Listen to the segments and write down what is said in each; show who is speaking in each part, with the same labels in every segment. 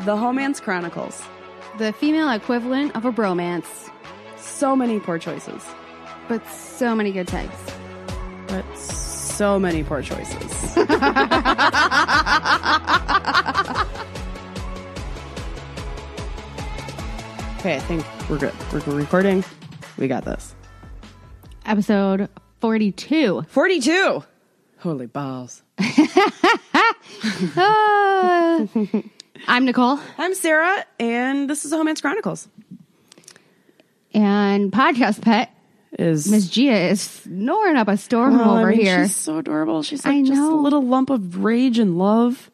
Speaker 1: The Homance Chronicles.
Speaker 2: The female equivalent of a bromance,
Speaker 1: So many poor choices,
Speaker 2: but so many good types.
Speaker 1: but so many poor choices. okay, I think we're good. We're recording. We got this.
Speaker 2: Episode 42.
Speaker 1: 42. Holy balls.
Speaker 2: Ah. I'm Nicole,
Speaker 1: I'm Sarah, and this is the Homance Chronicles.
Speaker 2: and podcast pet
Speaker 1: Is
Speaker 2: Miss Gia is snoring up a storm
Speaker 1: Oh, I
Speaker 2: over
Speaker 1: mean,
Speaker 2: here.
Speaker 1: She's so adorable. She's like
Speaker 2: I
Speaker 1: just a
Speaker 2: know.
Speaker 1: little lump of rage and love.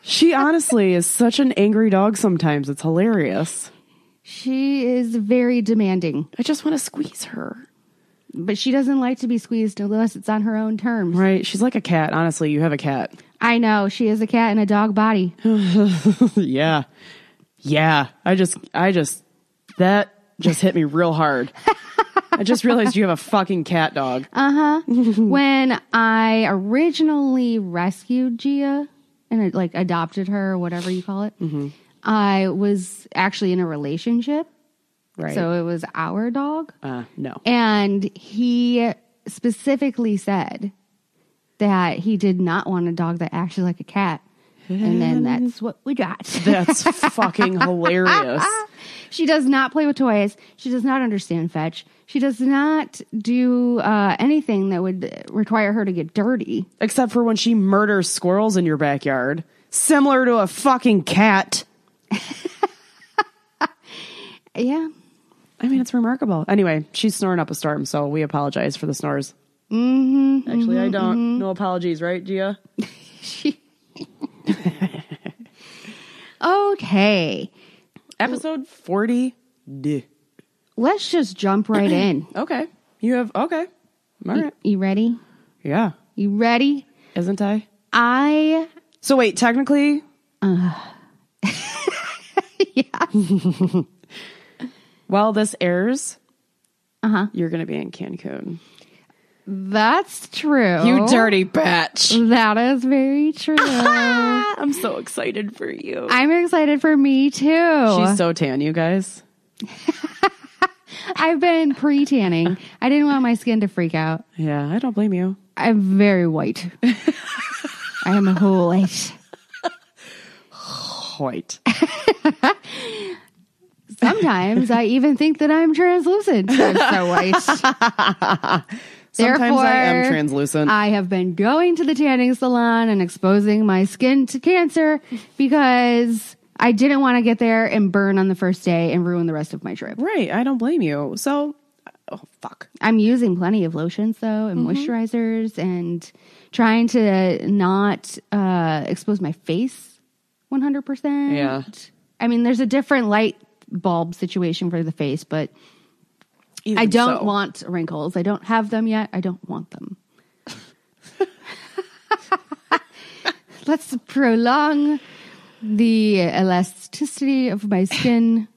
Speaker 1: she honestly is such an angry dog sometimes. It's hilarious.
Speaker 2: She is very demanding,
Speaker 1: I just want to squeeze her.
Speaker 2: but she doesn't like to be squeezed unless it's on her own terms.
Speaker 1: Right? She's like a cat. Honestly, you have a cat.
Speaker 2: I know she is a cat in a dog body.
Speaker 1: yeah. Yeah. I just, I just, that just hit me real hard. I just realized you have a fucking cat dog. Mm-hmm.
Speaker 2: when I originally rescued Gia and like adopted her or whatever you call it,
Speaker 1: Mm-hmm.
Speaker 2: I was actually in a relationship.
Speaker 1: right.
Speaker 2: So it was our dog.
Speaker 1: uh, no.
Speaker 2: And he specifically said that he did not want a dog that acted like a cat. And then that's what we got. Ah.
Speaker 1: That's fucking hilarious.
Speaker 2: She does not play with toys. She does not understand fetch. She does not do uh, anything that would require her to get dirty.
Speaker 1: except for when she murders squirrels in your backyard, similar to a fucking cat.
Speaker 2: Yeah.
Speaker 1: I mean, it's remarkable. Anyway, she's snoring up a storm, so we apologize for the snores. Mm-hmm, Actually, I don't. No apologies, right, Gia?
Speaker 2: She. okay.
Speaker 1: Episode 40. D.
Speaker 2: Let's just jump right in.
Speaker 1: Okay. You have. Okay. All right.
Speaker 2: You ready?
Speaker 1: Yeah.
Speaker 2: You ready?
Speaker 1: Isn't I?
Speaker 2: I.
Speaker 1: So, wait, technically. Uh. While this airs,
Speaker 2: Uh huh.
Speaker 1: you're going to be in Cancun.
Speaker 2: That's true.
Speaker 1: You dirty bitch.
Speaker 2: That is very true. I'm
Speaker 1: Ah, I'm so excited for you.
Speaker 2: excited for me too.
Speaker 1: She's so tan, you guys.
Speaker 2: I've been pre tanning. I didn't want my skin to freak out.
Speaker 1: Yeah, I don't blame you.
Speaker 2: I'm very white. I am white.
Speaker 1: Hoyt.
Speaker 2: Sometimes I even think that I'm translucent. I'm so white. Sometimes
Speaker 1: Sometimes I am translucent.
Speaker 2: I have been going to the tanning salon and exposing my skin to cancer because I didn't want to get there and burn on the first day and ruin the rest of my trip.
Speaker 1: right, I don't blame you. So, oh fuck.
Speaker 2: I'm using plenty of lotions though and moisturizers and trying to not uh, expose my face 100%.
Speaker 1: Yeah.
Speaker 2: I mean, there's a different light bulb situation for the face, but
Speaker 1: Even
Speaker 2: I don't
Speaker 1: so.
Speaker 2: want wrinkles. I don't have them yet. I don't want them. Let's prolong the elasticity of my skin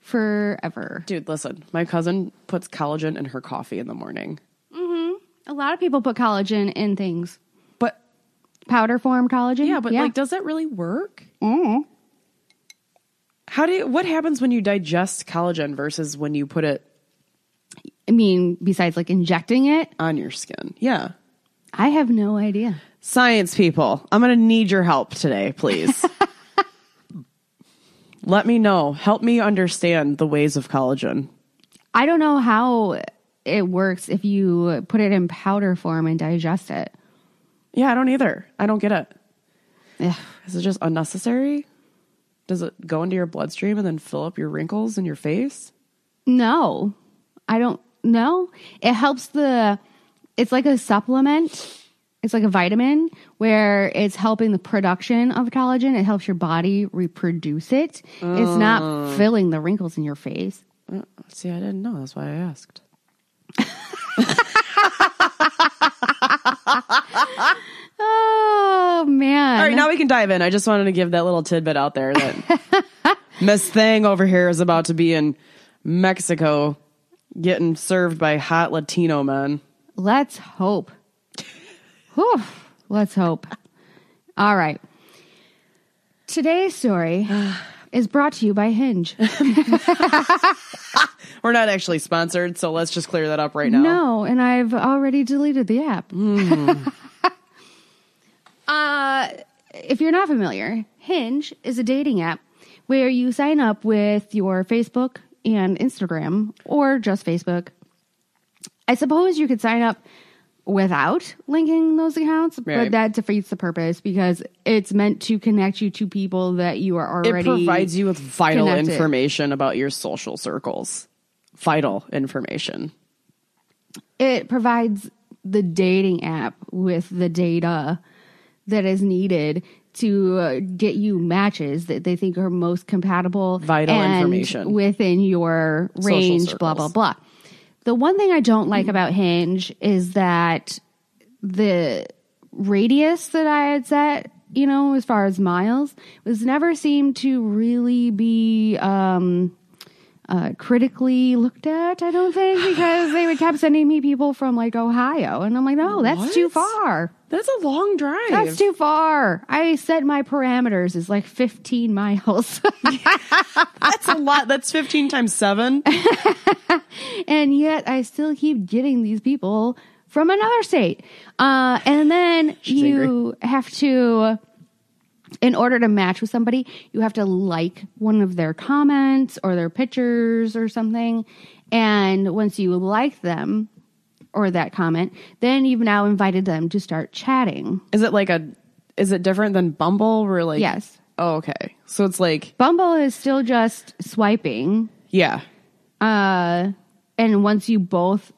Speaker 2: forever.
Speaker 1: Dude, listen. My cousin puts collagen in her coffee in the morning,
Speaker 2: A lot of people put collagen in things.
Speaker 1: but
Speaker 2: Powder form collagen.
Speaker 1: yeah, but like, does that really work?
Speaker 2: Mm.
Speaker 1: How do you, what happens when you digest collagen versus when you put it
Speaker 2: I mean, besides like injecting it,
Speaker 1: on your skin? Yeah,
Speaker 2: I have no idea.
Speaker 1: science people. I'm gonna need your help today, please. Let me know. Help me understand the ways of collagen.
Speaker 2: I don't know how it works if you put it in powder form and digest it.
Speaker 1: Yeah, I don't either. I don't get it.
Speaker 2: Ugh.
Speaker 1: Is it just unnecessary? Does it go into your bloodstream and then fill up your wrinkles in your face?
Speaker 2: No, I don't know. It helps the, it's like a supplement. It's like a vitamin where it's helping the production of collagen. It helps your body reproduce it. It's
Speaker 1: Oh.
Speaker 2: not filling the wrinkles in your face.
Speaker 1: See, I didn't know. That's why I asked.
Speaker 2: Oh, man.
Speaker 1: All right, now we can dive in. I just wanted to give that little tidbit out there that Miss Thing over here is about to be in Mexico getting served by hot Latino men.
Speaker 2: Let's hope. Whew, let's hope. All right. Today's story is brought to you by Hinge.
Speaker 1: We're not actually sponsored, so let's just clear that up right now. Hmm.
Speaker 2: No, and I've already deleted the app. uh, if you're not familiar, Hinge is a dating app where you sign up with your Facebook and Instagram, or just Facebook. I suppose you could sign up without linking those accounts, but
Speaker 1: Right.
Speaker 2: that defeats the purpose because it's meant to connect you to people that you are
Speaker 1: It
Speaker 2: already.
Speaker 1: provides you with vital
Speaker 2: connected.
Speaker 1: information about your social circles. Vital information.
Speaker 2: it provides the dating app with the data that is needed to uh, get you matches that they think are most compatible
Speaker 1: Vital
Speaker 2: and
Speaker 1: information.
Speaker 2: within your
Speaker 1: Social
Speaker 2: range blah blah
Speaker 1: circles.
Speaker 2: blah the one thing i don't like about hinge is that the radius that i had set you know as far as miles was never seemed to really be um uh, critically looked at, I don't think, because they would kept sending me people from like Ohio. And I'm like, no, that's too
Speaker 1: What?
Speaker 2: far.
Speaker 1: That's a long drive.
Speaker 2: That's too far. I set my parameters as like 15 miles.
Speaker 1: That's a lot. That's 15 times 7.
Speaker 2: and yet I still keep getting these people from another state. Uh, and then you have to, in order to match with somebody, you have to like one of their comments or their pictures or something. And once you like them or that comment, then you've now invited them to start chatting.
Speaker 1: Is it like a is it different than Bumble where like
Speaker 2: Yes.
Speaker 1: Oh, okay. So it's like
Speaker 2: Bumble is still just swiping.
Speaker 1: yeah.
Speaker 2: Uh, and once you both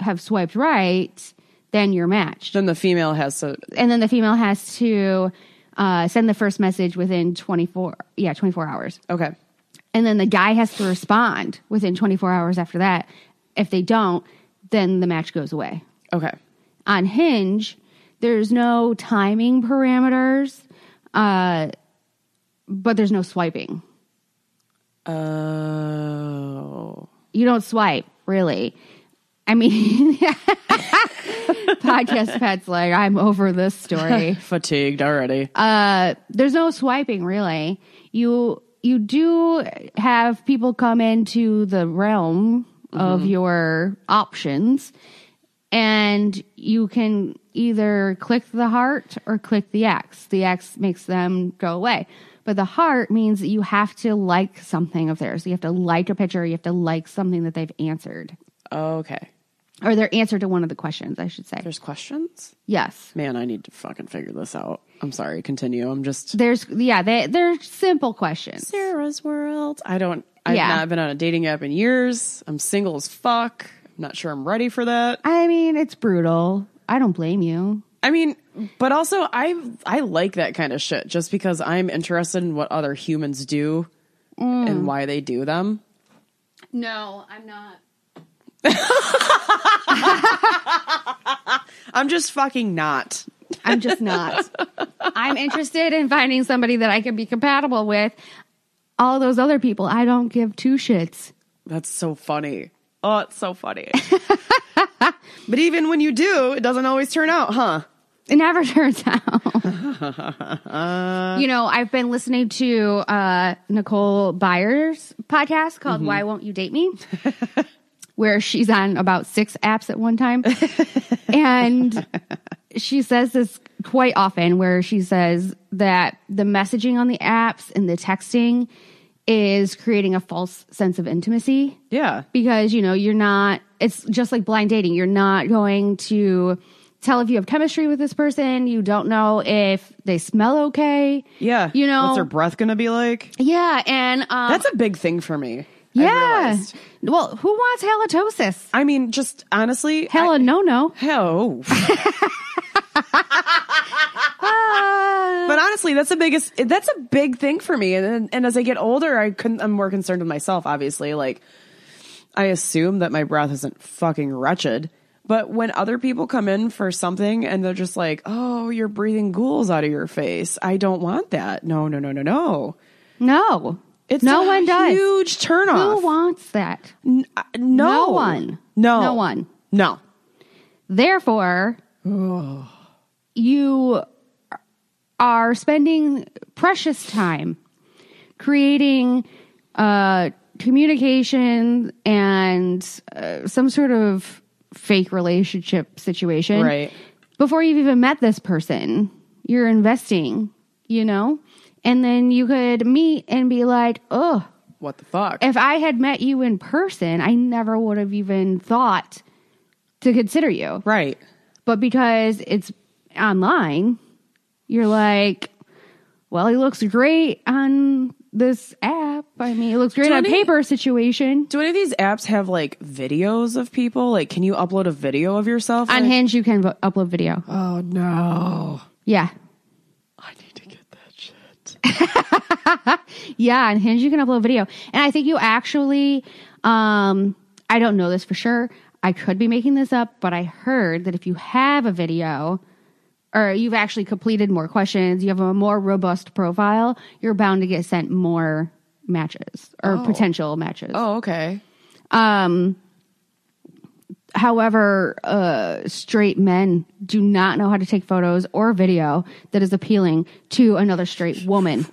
Speaker 2: have swiped right, then you're matched.
Speaker 1: Then the female has to
Speaker 2: and then the female has to uh, send the first message within 24 yeah 24 hours
Speaker 1: Okay.
Speaker 2: and then the guy has to respond within 24 hours after that if they don't then the match goes away
Speaker 1: Okay.
Speaker 2: on hinge there's no timing parameters uh, but there's no swiping
Speaker 1: Oh.
Speaker 2: you don't swipe really i mean podcast pets like i'm over this story
Speaker 1: Fatigued already.
Speaker 2: uh, there's no swiping really. You you do have people come into the realm of your options, and you can either click the heart or click the X. The X makes them go away. But the heart means that you have to like something of theirs. You have to like a picture. You have to like something that they've answered
Speaker 1: okay.
Speaker 2: or their answer to one of the questions, I should say.
Speaker 1: There's questions?
Speaker 2: Yes.
Speaker 1: Man, I need to fucking figure this out. I'm sorry. Continue. I'm just
Speaker 2: There's, yeah, they, they're simple questions.
Speaker 1: Sarah's world. I don't I've
Speaker 2: Yeah.
Speaker 1: not been on a dating app in years. I'm single as fuck. I'm not sure I'm ready for that.
Speaker 2: I mean, it's brutal. I don't blame you.
Speaker 1: I mean, but also I I like that kind of shit just because I'm interested in what other humans do and why they do them.
Speaker 2: No, I'm not.
Speaker 1: I'm just fucking not.
Speaker 2: I'm just not. I'm interested in finding somebody that I can be compatible with. All those other people, I don't give two shits.
Speaker 1: That's so funny. Oh, it's so funny. but even when you do, it doesn't always turn out, huh?
Speaker 2: It never turns out. you know, I've been listening to uh, Nicole Byers' podcast called Why Won't You Date Me? where she's on about six apps at one time. and she says this quite often where she says that the messaging on the apps and the texting is creating a false sense of intimacy
Speaker 1: Yeah.
Speaker 2: because you know you're not it's just like blind dating you're not going to tell if you have chemistry with this person you don't know if they smell okay
Speaker 1: Yeah.
Speaker 2: you know
Speaker 1: what's her breath going to be like?
Speaker 2: yeah and um
Speaker 1: That's a big thing for me. I've
Speaker 2: yeah
Speaker 1: realized.
Speaker 2: well who wants halitosis
Speaker 1: I mean, just honestly,
Speaker 2: hell
Speaker 1: I-
Speaker 2: no no
Speaker 1: hell.
Speaker 2: Ah,
Speaker 1: But honestly, that's the biggest. That's a big thing for me. And and as I get older, I couldn't, I'm more concerned with myself. Obviously, like I assume that my breath isn't fucking wretched. But when other people come in for something and they're just like, "Oh, you're breathing ghouls out of your face," I don't want that. No, no, no, no, no.
Speaker 2: no
Speaker 1: It's
Speaker 2: no
Speaker 1: a
Speaker 2: one does
Speaker 1: Huge turnoff.
Speaker 2: who wants that
Speaker 1: N- uh, no.
Speaker 2: no one
Speaker 1: No.
Speaker 2: no one
Speaker 1: No.
Speaker 2: Therefore, you are spending precious time creating uh, communication and uh, some sort of fake relationship situation
Speaker 1: Right.
Speaker 2: before you've even met this person you're investing you know and then you could meet and be like oh
Speaker 1: What the fuck?
Speaker 2: if i had met you in person i never would have even thought to consider you
Speaker 1: right.
Speaker 2: but because it's online, you're like, well, he looks great on this app. I mean, he looks great
Speaker 1: Do
Speaker 2: on
Speaker 1: any-
Speaker 2: paper situation.
Speaker 1: Do any of these apps have like videos of people? Like, can you upload a video of yourself?
Speaker 2: On
Speaker 1: Like-
Speaker 2: Hinge, you can vo- upload video.
Speaker 1: Oh no!
Speaker 2: Yeah.
Speaker 1: I need to get that shit.
Speaker 2: Yeah, on Hinge you can upload video. And I think you actually um I don't know this for sure. I could be making this up, but I heard that if you have a video or you've actually completed more questions, you have a more robust profile, you're bound to get sent more matches or potential matches.
Speaker 1: Oh, okay.
Speaker 2: However, uh straight men do not know how to take photos or video that is appealing to another straight woman.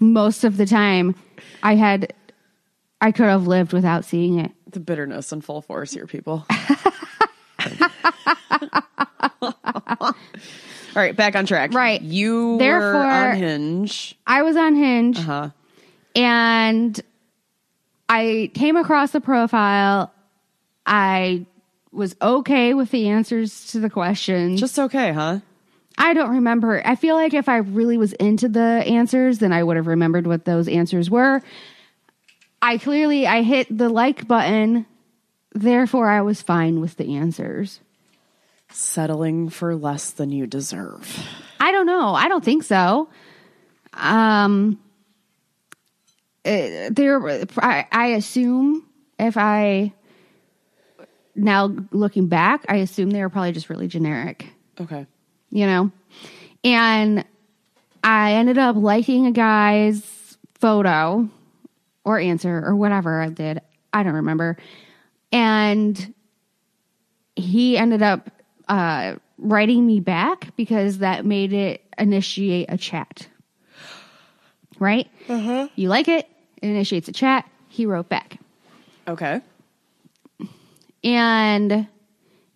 Speaker 2: most of the time I had I could have lived without seeing it.
Speaker 1: The bitterness in full force here, people. All right, back on track.
Speaker 2: Right.
Speaker 1: You
Speaker 2: Therefore-
Speaker 1: were on Hinge.
Speaker 2: I was on Hinge
Speaker 1: Huh.
Speaker 2: and I came across a profile. I was okay with the answers to the questions.
Speaker 1: Just okay, huh?
Speaker 2: I don't remember. I feel like if I really was into the answers, then I would have remembered what those answers were. I clearly I hit the like button. Therefore, I was fine with the answers.
Speaker 1: Settling for less than you deserve.
Speaker 2: I don't know. I don't think so. Um, eh, there. I, I assume if I now looking back, I assume they were probably just really generic,
Speaker 1: Okay.
Speaker 2: you know. And I ended up liking a guy's photo or answer or whatever I did. I don't remember. And he ended up uh, writing me back because that made it initiate a chat. Right? You like it, it initiates a chat. He wrote back.
Speaker 1: Okay.
Speaker 2: And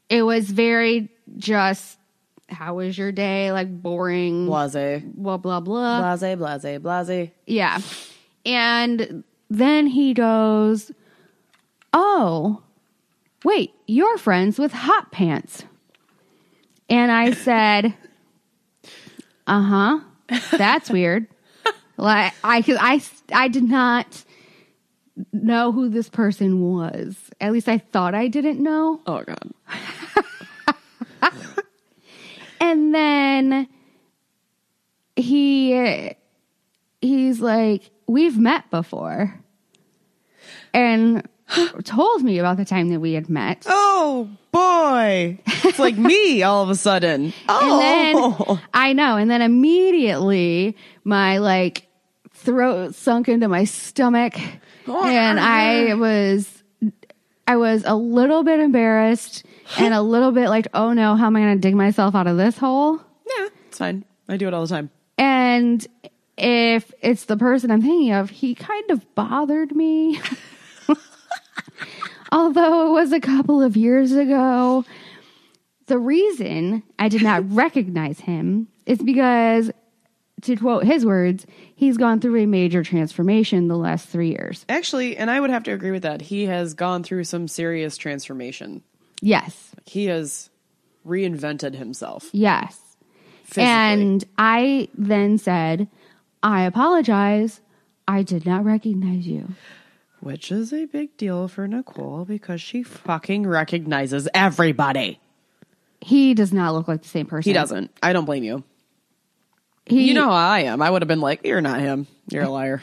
Speaker 2: it was very just, how was your day? Like boring, blah,
Speaker 1: Blase.
Speaker 2: blah, blah.
Speaker 1: Blase, blase, blase.
Speaker 2: Yeah. And then he goes, Oh, wait, you're friends with Hot Pants. And I said, Uh huh. That's weird. like, I, I, I did not know who this person was. At least I thought I didn't know.
Speaker 1: Oh, God.
Speaker 2: And then he he's like, "We've met before." And told me about the time that we had met.
Speaker 1: Oh, boy. It's like me all of a sudden.
Speaker 2: Uh,
Speaker 1: Oh.
Speaker 2: And then I know, and then immediately my like throat sunk into my stomach and I was I was a little bit embarrassed and a little bit like, "Oh no, how am I going to dig myself out of this hole?"
Speaker 1: yeah, it's fine. I do it all the time.
Speaker 2: And if it's the person I'm thinking of, he kind of bothered me. Although it was a couple of years ago. The reason I did not recognize him is because, to quote his words, he's gone through a major transformation the last three years.
Speaker 1: Actually, and I would have to agree with that. He has gone through some serious transformation.
Speaker 2: Yes,
Speaker 1: He has reinvented himself
Speaker 2: yes.
Speaker 1: physically.
Speaker 2: And I then said, I apologize. I did not recognize you.
Speaker 1: which is a big deal for Nicole because she fucking recognizes everybody.
Speaker 2: he does not look like the same person.
Speaker 1: He doesn't. I don't blame you.
Speaker 2: He,
Speaker 1: you know how I am. I would have been like, "You're not him. You're a liar."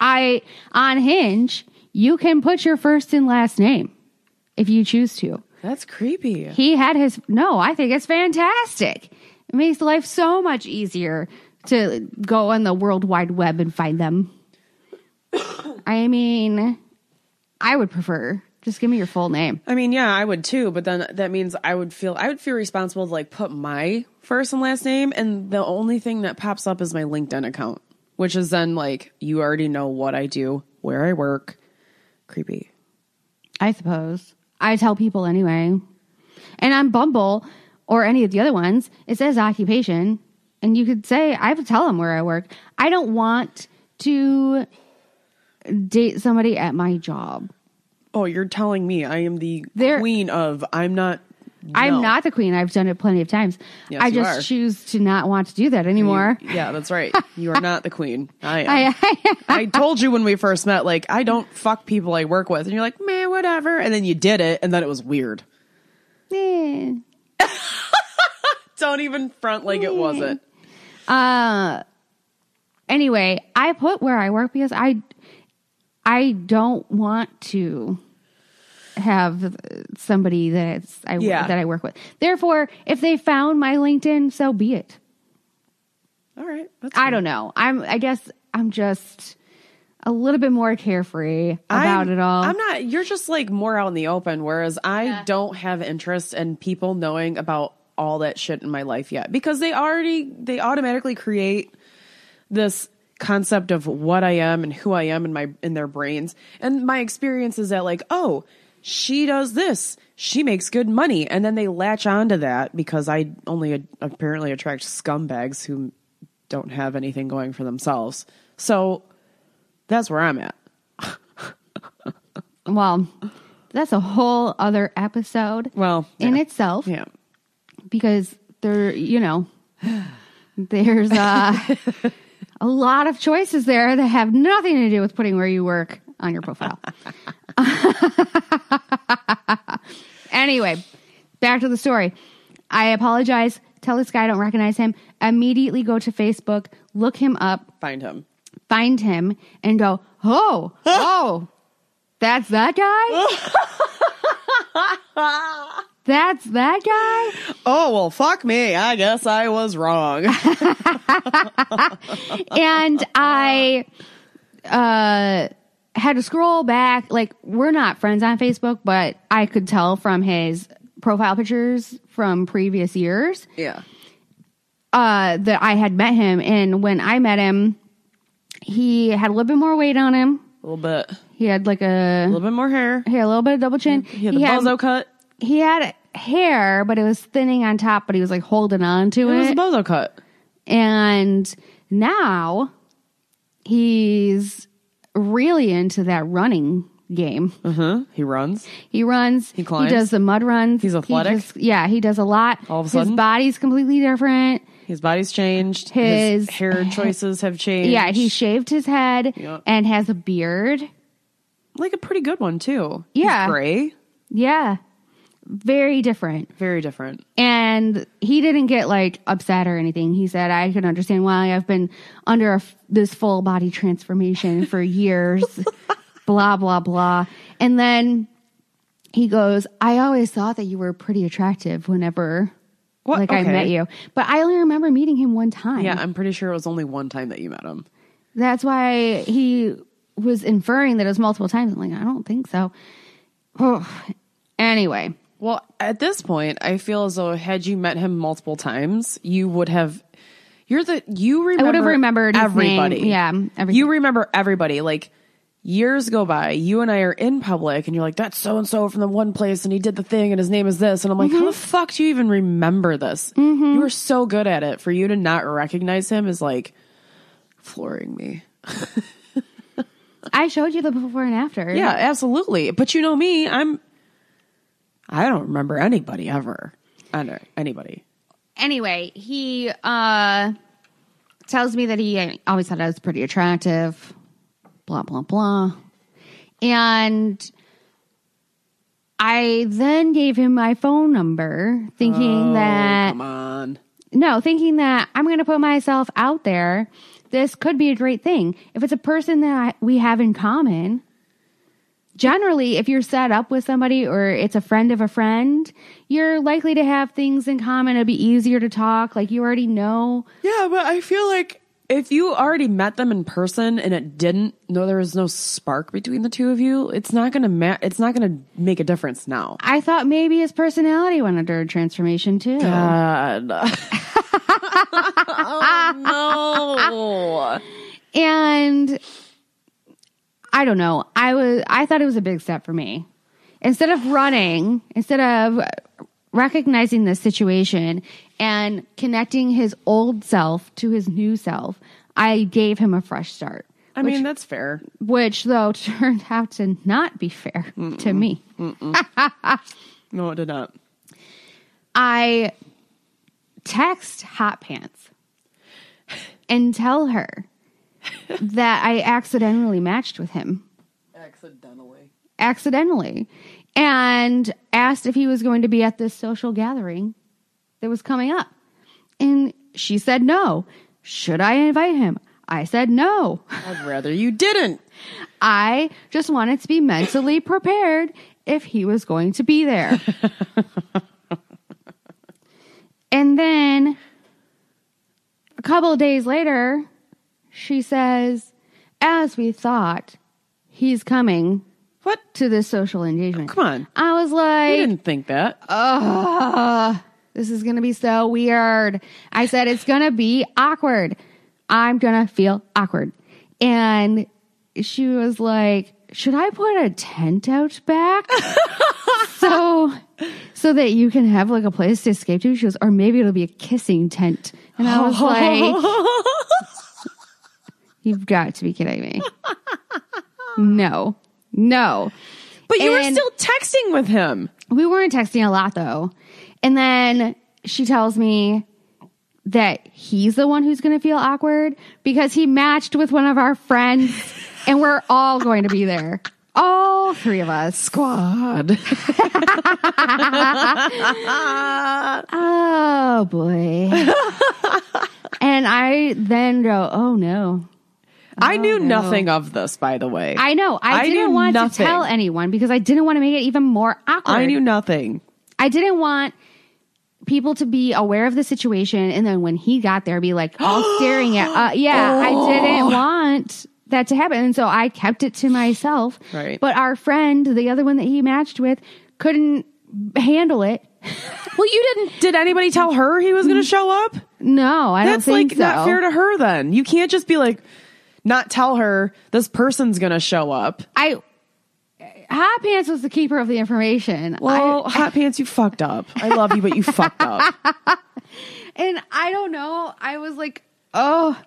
Speaker 2: I on Hinge, you can put your first and last name if you choose to.
Speaker 1: That's creepy.
Speaker 2: He had his no. I think it's fantastic. It makes life so much easier to go on the world wide web and find them. I mean, I would prefer Just give me your full name.
Speaker 1: I mean, yeah, I would too, but then that means I would feel I would feel responsible to like put my first and last name and the only thing that pops up is my LinkedIn account, which is then like you already know what I do, where I work. Creepy.
Speaker 2: I suppose. I tell people anyway. And on Bumble or any of the other ones, it says occupation. And you could say, I have to tell them where I work. I don't want to date somebody at my job.
Speaker 1: Oh, you're telling me I am the
Speaker 2: There-
Speaker 1: queen of I'm not no.
Speaker 2: I'm not the queen. I've done it plenty of times.
Speaker 1: Yes,
Speaker 2: I
Speaker 1: you
Speaker 2: just
Speaker 1: are.
Speaker 2: choose to not want to do that anymore.
Speaker 1: Yeah, that's right. You are not the queen. I am.
Speaker 2: I,
Speaker 1: I told you when we first met, like, I don't fuck people I work with. And you're like, man, whatever. And then you did it, and then it was weird.
Speaker 2: Eh.
Speaker 1: Don't even front like it wasn't.
Speaker 2: anyway, I put where I work because I I don't want to have somebody that's I
Speaker 1: Yeah.
Speaker 2: that I work with. Therefore, if they found my LinkedIn, so be it.
Speaker 1: All right. That's
Speaker 2: I don't know. I'm I guess I'm just a little bit more carefree about
Speaker 1: I'm-
Speaker 2: it all.
Speaker 1: I'm not, you're just like more out in the open, whereas I don't have interest in people knowing about all that shit in my life yet because they already, they automatically create this concept of what I am and who I am in my, in their brains. And my experience is that like, oh, she does this. She makes good money. And then they latch onto that because I only a- apparently attract scumbags who don't have anything going for themselves. So that's where I'm at.
Speaker 2: well, that's a whole other episode
Speaker 1: Well,
Speaker 2: in
Speaker 1: yeah.
Speaker 2: itself
Speaker 1: Yeah.
Speaker 2: because there you know there's uh, a lot of choices there that have nothing to do with putting where you work on your profile. anyway, back to the story. I apologize. Tell this guy I don't recognize him. Immediately go to Facebook, look him up,
Speaker 1: Find him.
Speaker 2: find him, and go, oh, oh, that's that guy? that's that guy?
Speaker 1: Oh, well, fuck me. I guess I was wrong.
Speaker 2: and I uh, had to scroll back. Like, we're not friends on Facebook, but I could tell from his profile pictures from previous years
Speaker 1: yeah.
Speaker 2: uh, that I had met him. And when I met him, he had a little bit more weight on him.
Speaker 1: A little bit. A
Speaker 2: He had like a,
Speaker 1: little bit more hair.
Speaker 2: he had a little bit of double chin.
Speaker 1: He had the bozo cut.
Speaker 2: he had hair, but it was thinning on top, but he was like holding on to
Speaker 1: It
Speaker 2: it.
Speaker 1: was a bozo cut.
Speaker 2: And now he's really into that running game.
Speaker 1: Uh huh. He runs.
Speaker 2: He runs. He
Speaker 1: climbs?
Speaker 2: He does the mud runs.
Speaker 1: He's
Speaker 2: He
Speaker 1: athletic?
Speaker 2: just- yeah, he does a lot.
Speaker 1: All of a
Speaker 2: his
Speaker 1: sudden?
Speaker 2: body's completely different.
Speaker 1: His body's changed.
Speaker 2: His
Speaker 1: hair choices have changed.
Speaker 2: Yeah, he shaved his head
Speaker 1: Yeah.
Speaker 2: and has a beard.
Speaker 1: like a pretty good one too.
Speaker 2: Yeah.
Speaker 1: He's gray.
Speaker 2: Yeah, very different.
Speaker 1: Very different.
Speaker 2: And he didn't get like upset or anything. He said, "I can understand why I've been under a f- this full body transformation for years." blah blah blah. And then he goes, "I always thought that you were pretty attractive whenever
Speaker 1: What?
Speaker 2: like I
Speaker 1: Okay.
Speaker 2: met you, but I only remember meeting him one time.
Speaker 1: Yeah, I'm pretty sure it was only one time that you met him.
Speaker 2: That's why he was inferring that it was multiple times. I'm like, I don't think so. Ugh. Anyway,
Speaker 1: Well, at this point, I feel as though had you met him multiple times, you would have. You're the you remember.
Speaker 2: have remembered his
Speaker 1: everybody.
Speaker 2: name. Yeah, everything.
Speaker 1: you remember everybody. Like years go by, you and I are in public, and you're like, "That's so and so from the one place, and he did the thing, and his name is this." And I'm like,
Speaker 2: Mm-hmm.
Speaker 1: "How the fuck do you even remember this? You were so good at it. For you to not recognize him is like flooring me."
Speaker 2: I showed you the before and after.
Speaker 1: Yeah, absolutely. But you know me, I'm. I don't remember anybody ever. I don't anybody.
Speaker 2: anyway, he uh tells me that he always thought I was pretty attractive, blah blah blah. And I then gave him my phone number thinking that
Speaker 1: Come on.
Speaker 2: no, thinking that I'm going to put myself out there. This could be a great thing. If it's a person that I, we have in common, generally, if you're set up with somebody or it's a friend of a friend, you're likely to have things in common. It'll be easier to talk. Like you already know.
Speaker 1: Yeah, but I feel like if you already met them in person and it didn't, no, there was no spark between the two of you. It's not gonna ma- It's not gonna make a difference now.
Speaker 2: I thought maybe his personality went under a transformation too.
Speaker 1: God. oh
Speaker 2: and I don't know. I was I thought it was a big step for me. Instead of running, instead of recognizing the situation and connecting his old self to his new self, I gave him a fresh start.
Speaker 1: I mean, that's fair.
Speaker 2: Which though turned out to not be fair to me.
Speaker 1: No, it did not.
Speaker 2: I text Hot Pants and tell her that I accidentally matched with him.
Speaker 1: Accidentally.
Speaker 2: accidentally and asked if he was going to be at this social gathering that was coming up. And she said no. Should I invite him? I said no.
Speaker 1: I'd rather you didn't.
Speaker 2: I just wanted to be mentally prepared if he was going to be there. and then a couple of days later, she says, As we thought, he's coming
Speaker 1: What?
Speaker 2: to this social engagement.
Speaker 1: Come on.
Speaker 2: I was
Speaker 1: I
Speaker 2: like,
Speaker 1: didn't think that.
Speaker 2: oh, this is going to be so weird. I said, it's going to be awkward. I'm going to feel awkward. And she was like, should I put a tent out back? so, so that you can have like a place to escape to? She goes, or maybe it'll be a kissing tent. And I was like, you've got to be kidding me. No, no.
Speaker 1: but you
Speaker 2: and-
Speaker 1: were still texting with him.
Speaker 2: we weren't texting a lot though. And then she tells me that he's the one who's going to feel awkward because he matched with one of our friends and we're all going to be there. All three of us.
Speaker 1: Squad.
Speaker 2: Oh boy. and I then go, oh no.
Speaker 1: I knew nothing of this, by the way.
Speaker 2: I know. I,
Speaker 1: Oh, I
Speaker 2: didn't
Speaker 1: knew
Speaker 2: want
Speaker 1: nothing.
Speaker 2: to tell anyone because I didn't want to make it even more awkward.
Speaker 1: I knew nothing.
Speaker 2: I didn't want people to be aware of the situation and then when he got there be like all staring at uh,
Speaker 1: Oh.
Speaker 2: yeah i didn't want that to happen and so i kept it to myself
Speaker 1: Right.
Speaker 2: but our friend the other one that he matched with couldn't handle it
Speaker 1: Well, you didn't. Did anybody tell her he was going to show up?
Speaker 2: no i
Speaker 1: That's
Speaker 2: don't think
Speaker 1: like
Speaker 2: so
Speaker 1: not fair to her. Then you can't just be like, not tell her this person's going to show up.
Speaker 2: i hot pants was the keeper of the information
Speaker 1: Well, hot pants, you fucked up. I love you, but you fucked up.
Speaker 2: I, and i don't know i was like oh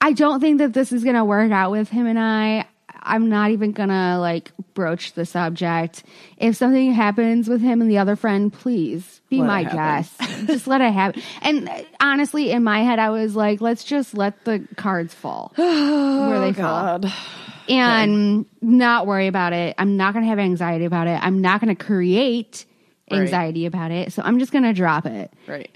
Speaker 2: i don't think that this is gonna work out with him and i i'm not even gonna like broach the subject if something happens with him and the other friend please be
Speaker 1: Let it
Speaker 2: my
Speaker 1: happen.
Speaker 2: guest just let it happen and uh, honestly in my head i was like let's just let the cards fall where they fall
Speaker 1: Oh, God.
Speaker 2: and not worry about it. I'm not going to have anxiety about it. I'm not going to create
Speaker 1: Right.
Speaker 2: anxiety about it. So I'm just going to drop it.
Speaker 1: Right.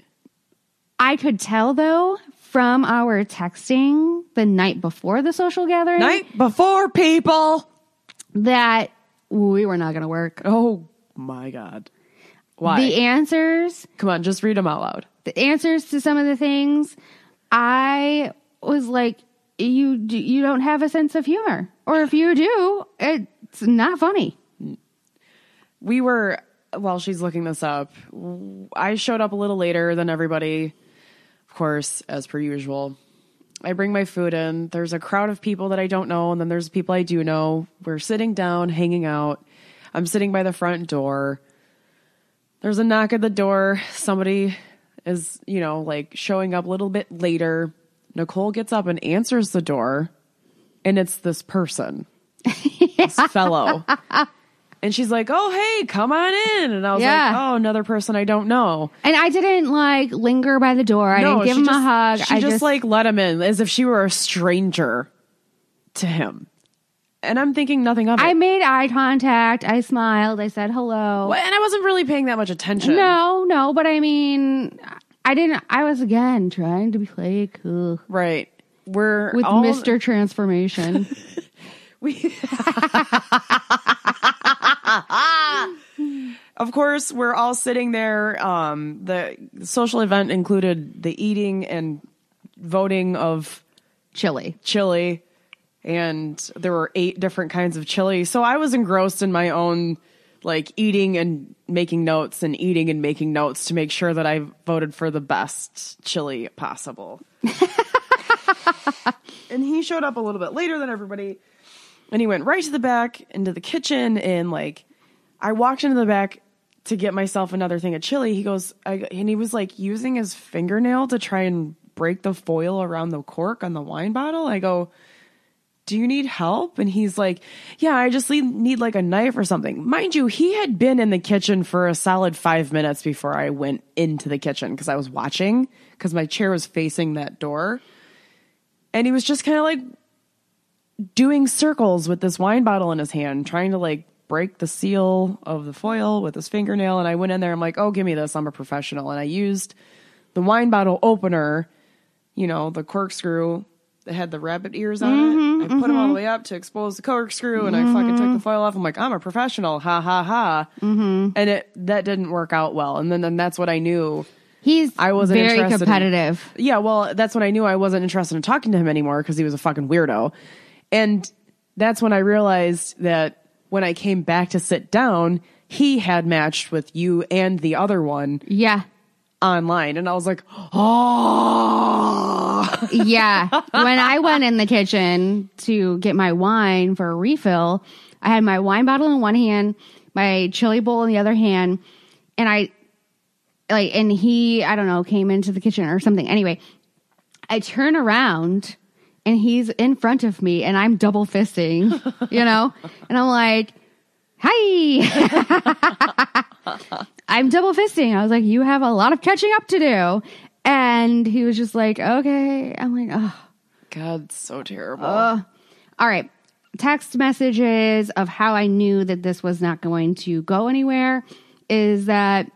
Speaker 2: I could tell though from our texting the night before the social gathering
Speaker 1: Night before, people.
Speaker 2: that we were not going to work.
Speaker 1: Oh my God. Why?
Speaker 2: The answers,
Speaker 1: Come on, just read them out loud.
Speaker 2: the answers to some of the things, I was like, you do, you don't have a sense of humor, or if you do, it's not funny.
Speaker 1: we were while she's looking this up i showed up a little later than everybody of course as per usual i bring my food in there's a crowd of people that i don't know and then there's people i do know we're sitting down hanging out i'm sitting by the front door there's a knock at the door somebody is you know like showing up a little bit later nicole gets up and answers the door and it's this person this fellow and she's like oh hey come on in and i was like
Speaker 2: Yeah.
Speaker 1: oh another person i don't know
Speaker 2: And I didn't like linger by the door. I didn't give
Speaker 1: she
Speaker 2: him
Speaker 1: just-
Speaker 2: a hug.
Speaker 1: She
Speaker 2: I
Speaker 1: just, like let him in as if she were a stranger to him. And I'm thinking nothing of it.
Speaker 2: I made eye contact. I smiled. I said hello.
Speaker 1: Well, and I wasn't really paying that much attention.
Speaker 2: No, no, but I mean, I didn't. I was again trying to play cool
Speaker 1: Right. We're
Speaker 2: with
Speaker 1: all-
Speaker 2: Mister Transformation.
Speaker 1: We Of course, we're all sitting there. Um, the social event included the eating and voting of
Speaker 2: chili.
Speaker 1: chili and there were eight different kinds of chili so i was engrossed in my own like eating and making notes and eating and making notes to make sure that i voted for the best chili possible and he showed up a little bit later than everybody and he went right to the back into the kitchen and like i walked into the back to get myself another thing of chili he goes I, and he was like using his fingernail to try and break the foil around the cork on the wine bottle i go do you need help and he's like yeah i just need, need like a knife or something mind you he had been in the kitchen for a solid five minutes before i went into the kitchen because i was watching because my chair was facing that door and he was just kind of like doing circles with this wine bottle in his hand, trying to like break the seal of the foil with his fingernail. And I went in there, I'm like, oh, give me this. I'm a professional. And I used the wine bottle opener, you know, the corkscrew that had the rabbit ears on it. I put them all the way up to expose the corkscrew and I fucking took the foil off. I'm like, I'm a professional. Ha ha ha. Mm-hmm. And it, that didn't work out well. And then, and that's what I knew.
Speaker 2: He's
Speaker 1: I wasn't
Speaker 2: very
Speaker 1: interested in-
Speaker 2: competitive.
Speaker 1: Yeah, well, that's when I knew I wasn't interested in talking to him anymore because he was a fucking weirdo. And that's when I realized that when I came back to sit down, he had matched with you and the other one
Speaker 2: yeah.
Speaker 1: online. And I was like, oh.
Speaker 2: Yeah. when I went in the kitchen to get my wine for a refill, I had my wine bottle in one hand, my chili bowl in the other hand, and I like and he, I don't know, came into the kitchen or something. Anyway, I turn around and he's in front of me and I'm double fisting, you know? And I'm like, "Hi." I'm double fisting. I was like, you have a lot of catching up to do. And he was just like, okay. I'm like, oh,
Speaker 1: God, so terrible.
Speaker 2: all right. Text messages of how I knew that this was not going to go anywhere is that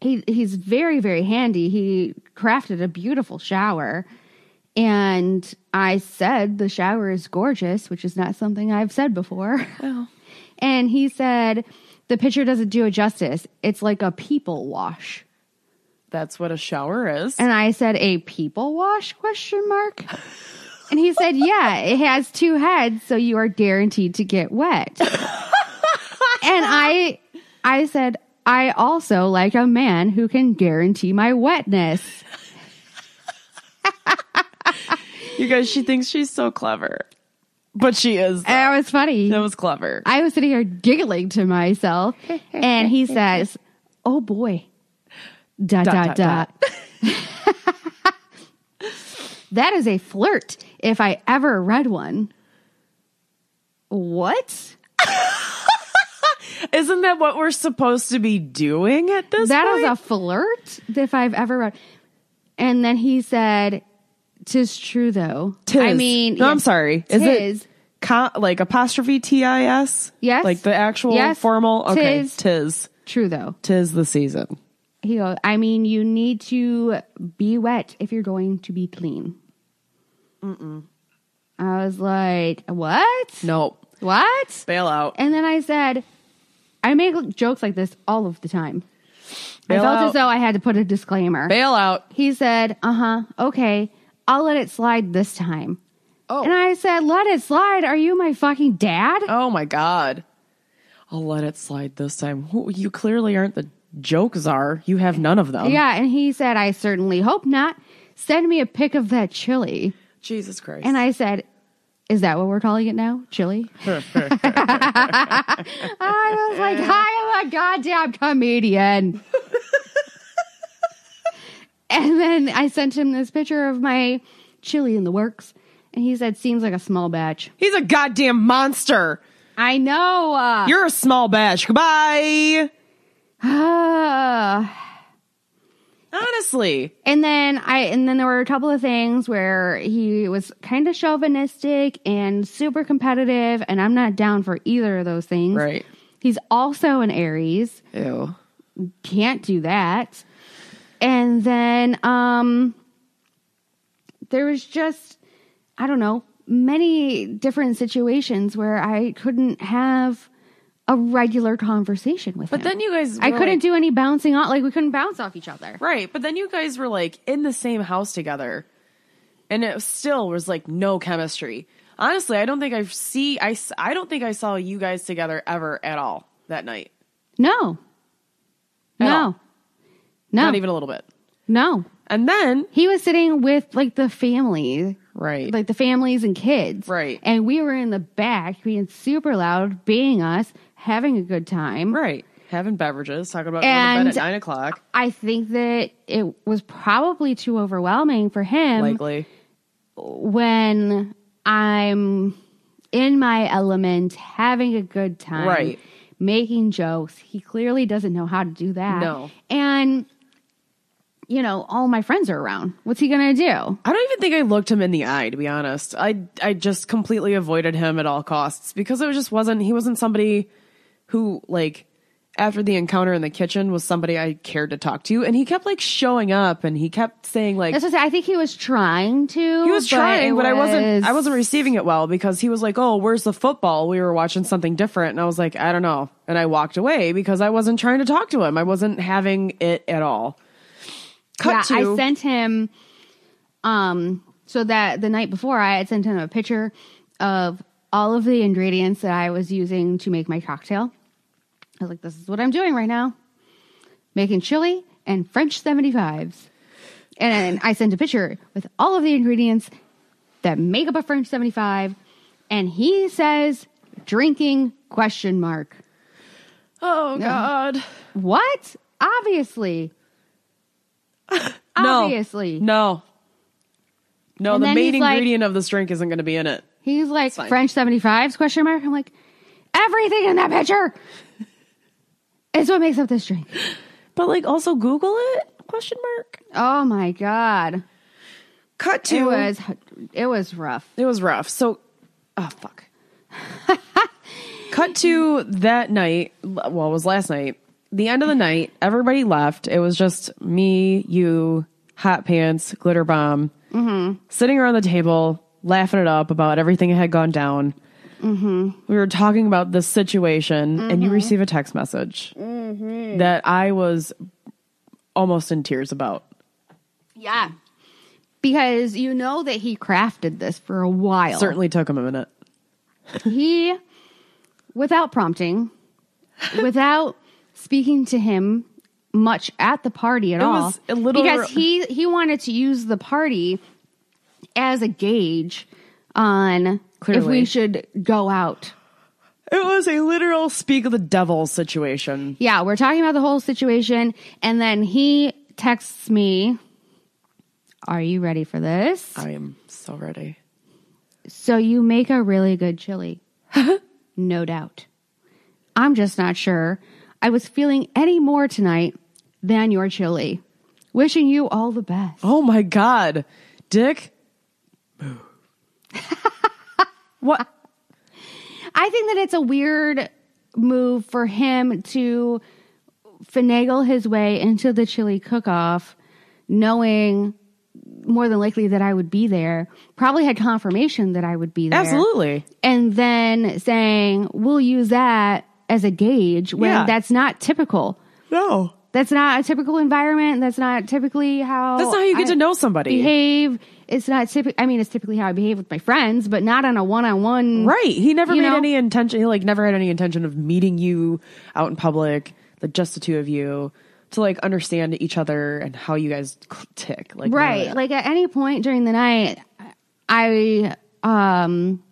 Speaker 2: he he's very very handy. He crafted a beautiful shower, and I said the shower is gorgeous, which is not something I've said before. And he said the picture doesn't do it justice. It's like a people wash.
Speaker 1: that's what a shower is.
Speaker 2: And I said, "A people wash?" Question mark. And he said, "Yeah, it has two heads, so you are guaranteed to get wet." and I, I said, "I also like a man who can guarantee my wetness."
Speaker 1: you guys, she thinks she's so clever, but she is. though.
Speaker 2: And it was funny.
Speaker 1: That was clever.
Speaker 2: I was sitting here giggling to myself, and he says, "Oh boy, dot
Speaker 1: Dot,
Speaker 2: dot dot."
Speaker 1: dot,
Speaker 2: that is a flirt. If I ever read one, what?
Speaker 1: Isn't that what we're supposed to be doing at this
Speaker 2: That
Speaker 1: point?
Speaker 2: is a flirt if I've ever read. And then he said, "Tis true though."
Speaker 1: Tis.
Speaker 2: I mean,
Speaker 1: no, I'm
Speaker 2: yes,
Speaker 1: sorry. Is
Speaker 2: tis.
Speaker 1: it co- like apostrophe T I S?
Speaker 2: Yes.
Speaker 1: Like the actual
Speaker 2: Yes.
Speaker 1: formal? Okay.
Speaker 2: Tis.
Speaker 1: Tis. tis.
Speaker 2: True though.
Speaker 1: the season.
Speaker 2: He goes, I mean, you need to be wet if you're going to be clean. Mm-mm. I was like, what?
Speaker 1: Nope.
Speaker 2: What?
Speaker 1: Bail out.
Speaker 2: And then I said, I make jokes like this all of the time. I
Speaker 1: Bail
Speaker 2: felt
Speaker 1: out.
Speaker 2: as though I had to put a disclaimer.
Speaker 1: Bail out.
Speaker 2: He said, uh huh, okay, I'll let it slide this time.
Speaker 1: Oh.
Speaker 2: And I said, let it slide. Are you my fucking dad?
Speaker 1: Oh my God. I'll let it slide this time. Who- You clearly aren't the joke czar. You have none of them.
Speaker 2: Yeah. And he said, I certainly hope not. Send me a pic of that chili.
Speaker 1: Jesus Christ.
Speaker 2: And I said, Is that what we're calling it now? Chili? I was like, I am a goddamn comedian. and then I sent him this picture of my chili in the works. And he said, Seems like a small batch.
Speaker 1: He's a goddamn monster.
Speaker 2: I know. Uh,
Speaker 1: You're a small batch. Goodbye.
Speaker 2: ah.
Speaker 1: Honestly.
Speaker 2: and then I and then there were a couple of things where he was kind of chauvinistic and super competitive, and I'm not down for either of those things.
Speaker 1: Right.
Speaker 2: He's also an Aries.
Speaker 1: Ew.
Speaker 2: Can't do that. And then um there was just I don't know, many different situations where I couldn't have a regular conversation with
Speaker 1: But
Speaker 2: him.
Speaker 1: then you guys.
Speaker 2: I
Speaker 1: were
Speaker 2: couldn't
Speaker 1: like-
Speaker 2: do any bouncing off like we couldn't bounce off each other.
Speaker 1: Right. But then you guys were like in the same house together. and it still was like no chemistry. Honestly, I don't think I see I s- I don't think I saw you guys together ever at all that night.
Speaker 2: No.
Speaker 1: At
Speaker 2: no.
Speaker 1: all.
Speaker 2: No.
Speaker 1: Not even a little bit.
Speaker 2: No.
Speaker 1: And then
Speaker 2: He was sitting with like the family,
Speaker 1: right,
Speaker 2: like the families and kids.
Speaker 1: Right.
Speaker 2: And we were in the back being super loud, being us, having a good time.
Speaker 1: right, having beverages, talking about going to
Speaker 2: And-
Speaker 1: bed at nine o'clock,
Speaker 2: I think that it was probably too overwhelming for him
Speaker 1: likely.
Speaker 2: when I'm in my element, having a good time,
Speaker 1: Right.
Speaker 2: making jokes. He clearly doesn't know how to do that.
Speaker 1: No.
Speaker 2: And, you know, all my friends are around. What's he going to do?
Speaker 1: I don't even think I looked him in the eye, to be honest. I I just completely avoided him at all costs because it just wasn't he wasn't somebody who like after the encounter in the kitchen was somebody I cared to talk to and he kept like showing up and he kept saying like
Speaker 2: That's what I say. I think he was trying to.
Speaker 1: he was trying,
Speaker 2: it
Speaker 1: but I wasn't. I
Speaker 2: was-
Speaker 1: wasn't receiving it well because he was like, "Oh, where's the football?" We were watching something different, and I was like, "I don't know," and I walked away because I wasn't trying to talk to him. I wasn't having it at all. Cut
Speaker 2: yeah,
Speaker 1: to
Speaker 2: I sent him um so that the night before I had sent him a picture of all of the ingredients that I was using to make my cocktail. I was like, this is what I'm doing right now. Making chili and French 75s. And I sent a picture with all of the ingredients that make up a French 75. And he says, drinking question mark.
Speaker 1: oh god,
Speaker 2: What? Obviously.
Speaker 1: No.
Speaker 2: Obviously.
Speaker 1: no, no.
Speaker 2: And
Speaker 1: the
Speaker 2: then
Speaker 1: main
Speaker 2: he's like-
Speaker 1: ingredient of this drink isn't going to be in it.
Speaker 2: He's like
Speaker 1: fine.
Speaker 2: French 75s question mark. I'm like, everything in that picture is what makes up this drink.
Speaker 1: But like, also Google it? Question mark.
Speaker 2: Oh my god.
Speaker 1: Cut to
Speaker 2: It was it was rough.
Speaker 1: It was rough. So, oh fuck. Cut to that night. Well, it was last night. The end of the night. Everybody left. It was just me, you, hot pants, glitter bomb, sitting around the table, laughing it up about everything that had gone down. We were talking about this situation, and you receive a text message that I was almost in tears about.
Speaker 2: Yeah. Because you know that he crafted this for a while.
Speaker 1: Certainly took him a minute.
Speaker 2: He without prompting, without speaking to him much at the party at all.
Speaker 1: was a little-
Speaker 2: because he he wanted to use the party as a gauge on if
Speaker 1: Clearly.
Speaker 2: we should go out.
Speaker 1: It was a literal speak of the devil situation.
Speaker 2: Yeah, we're talking about the whole situation and then he texts me, "Are you ready for this?"
Speaker 1: I am so ready.
Speaker 2: So you make a really good chili. no doubt. I'm just not sure I was feeling any more tonight than your chili. Wishing you all the best.
Speaker 1: Oh my god, Dick! what?
Speaker 2: I think that it's a weird move for him to finagle his way into the chili cook off, knowing more than likely that I would be there. Probably had confirmation that I would be there.
Speaker 1: Absolutely.
Speaker 2: and then saying we'll use that as a gauge when
Speaker 1: Yeah.
Speaker 2: that's not typical.
Speaker 1: No,
Speaker 2: That's not a typical environment. That's not typically how.
Speaker 1: that's not how you get
Speaker 2: I
Speaker 1: to know somebody,
Speaker 2: behave. It's not typical. I mean, it's typically how I behave with my friends, but not on a one-on-one.
Speaker 1: right? He never
Speaker 2: You
Speaker 1: made
Speaker 2: know?
Speaker 1: any intention. He like never had any intention of meeting you out in public, like just the two of you, to like understand each other and how you guys cl- tick. Like none of
Speaker 2: Right.
Speaker 1: that.
Speaker 2: Like at any point during the night, I um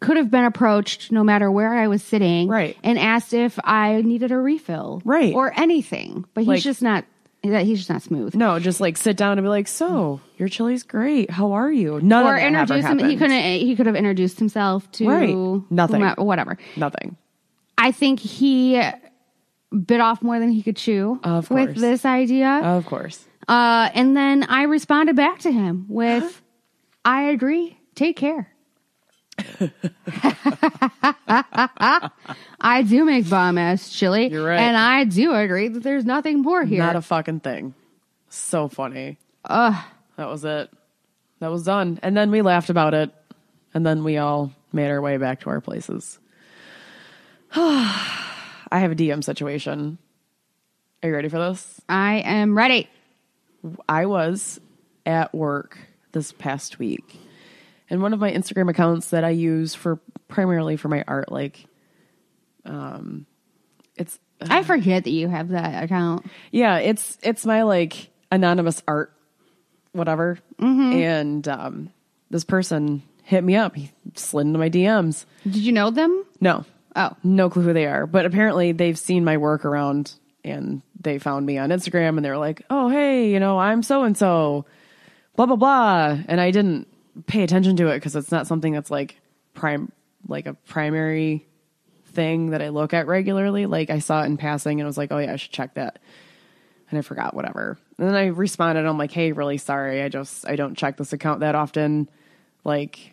Speaker 2: could have been approached no matter where I was sitting,
Speaker 1: Right.
Speaker 2: and asked if I needed a refill,
Speaker 1: Right.
Speaker 2: or anything. But he's
Speaker 1: Like-
Speaker 2: just not. That he's just not smooth.
Speaker 1: No, just like sit down and be like, "So your chili's great. How are you?" None
Speaker 2: or
Speaker 1: of that ever
Speaker 2: introduce him. He
Speaker 1: happened.
Speaker 2: couldn't. eh, He could have introduced himself to
Speaker 1: Right. Nothing.
Speaker 2: whome- whatever.
Speaker 1: Nothing.
Speaker 2: I think he bit off more than he could chew
Speaker 1: Of
Speaker 2: with
Speaker 1: course.
Speaker 2: this idea.
Speaker 1: Of course.
Speaker 2: uh, and then I responded back to him with, "I agree. Take care." I do make bomb ass chili,
Speaker 1: You're right.
Speaker 2: and I do agree that there's nothing more here.
Speaker 1: Not a fucking thing. So funny. That was it. That was done. And then we laughed about it. And then we all made our way back to our places. I have a DM situation. Are you ready for this?
Speaker 2: I am ready.
Speaker 1: I was at work this past week. And one of my Instagram accounts that I use for primarily for my art, like, um, it's
Speaker 2: I forget that you have that account.
Speaker 1: yeah, it's it's my like anonymous art, whatever. And um, this person hit me up. He slid into my DMs.
Speaker 2: Did you know them?
Speaker 1: No,
Speaker 2: Oh.
Speaker 1: no clue who they are, but apparently they've seen my work around and they found me on Instagram and they were like, "Oh, hey, you know, I'm so and so, blah blah blah," and I didn't pay attention to it because it's not something that's like prime, like a primary thing that I look at regularly. Like I saw it in passing and I was like, "Oh yeah, I should check that," and I forgot whatever. And then I responded, "I'm like, hey, really sorry, I just I don't check this account that often, like."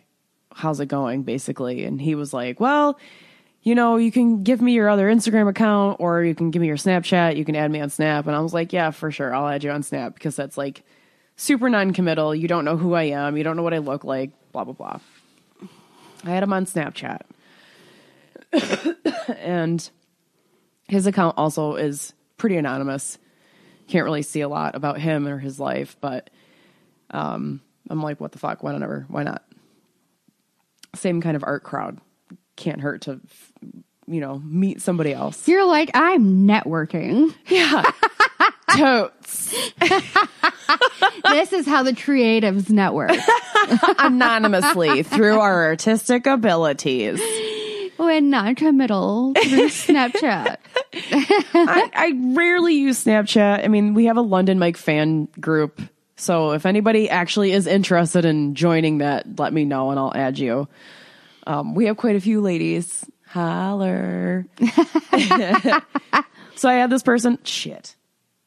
Speaker 1: How's it going, basically? And he was like, Well, you know, you can give me your other Instagram account or you can give me your Snapchat. You can add me on Snap. And I was like, yeah, for sure. I'll add you on Snap because that's like super non committal. You don't know who I am. You don't know what I look like, blah, blah, blah. I had him on Snapchat. and his account also is pretty anonymous. Can't really see a lot about him or his life, but um, I'm like, what the fuck? Why not? ever? Why not? Same kind of art crowd. Can't hurt to, you know, meet somebody else.
Speaker 2: You're like, I'm networking.
Speaker 1: Totes.
Speaker 2: this is how the creatives network.
Speaker 1: Anonymously through our artistic abilities.
Speaker 2: when non committal through Snapchat.
Speaker 1: I, I rarely use Snapchat. I mean, we have a London Mike fan group. So if anybody actually is interested in joining that, let me know and I'll add you. Um, we have quite a few ladies. Holler. so I had this person, shit.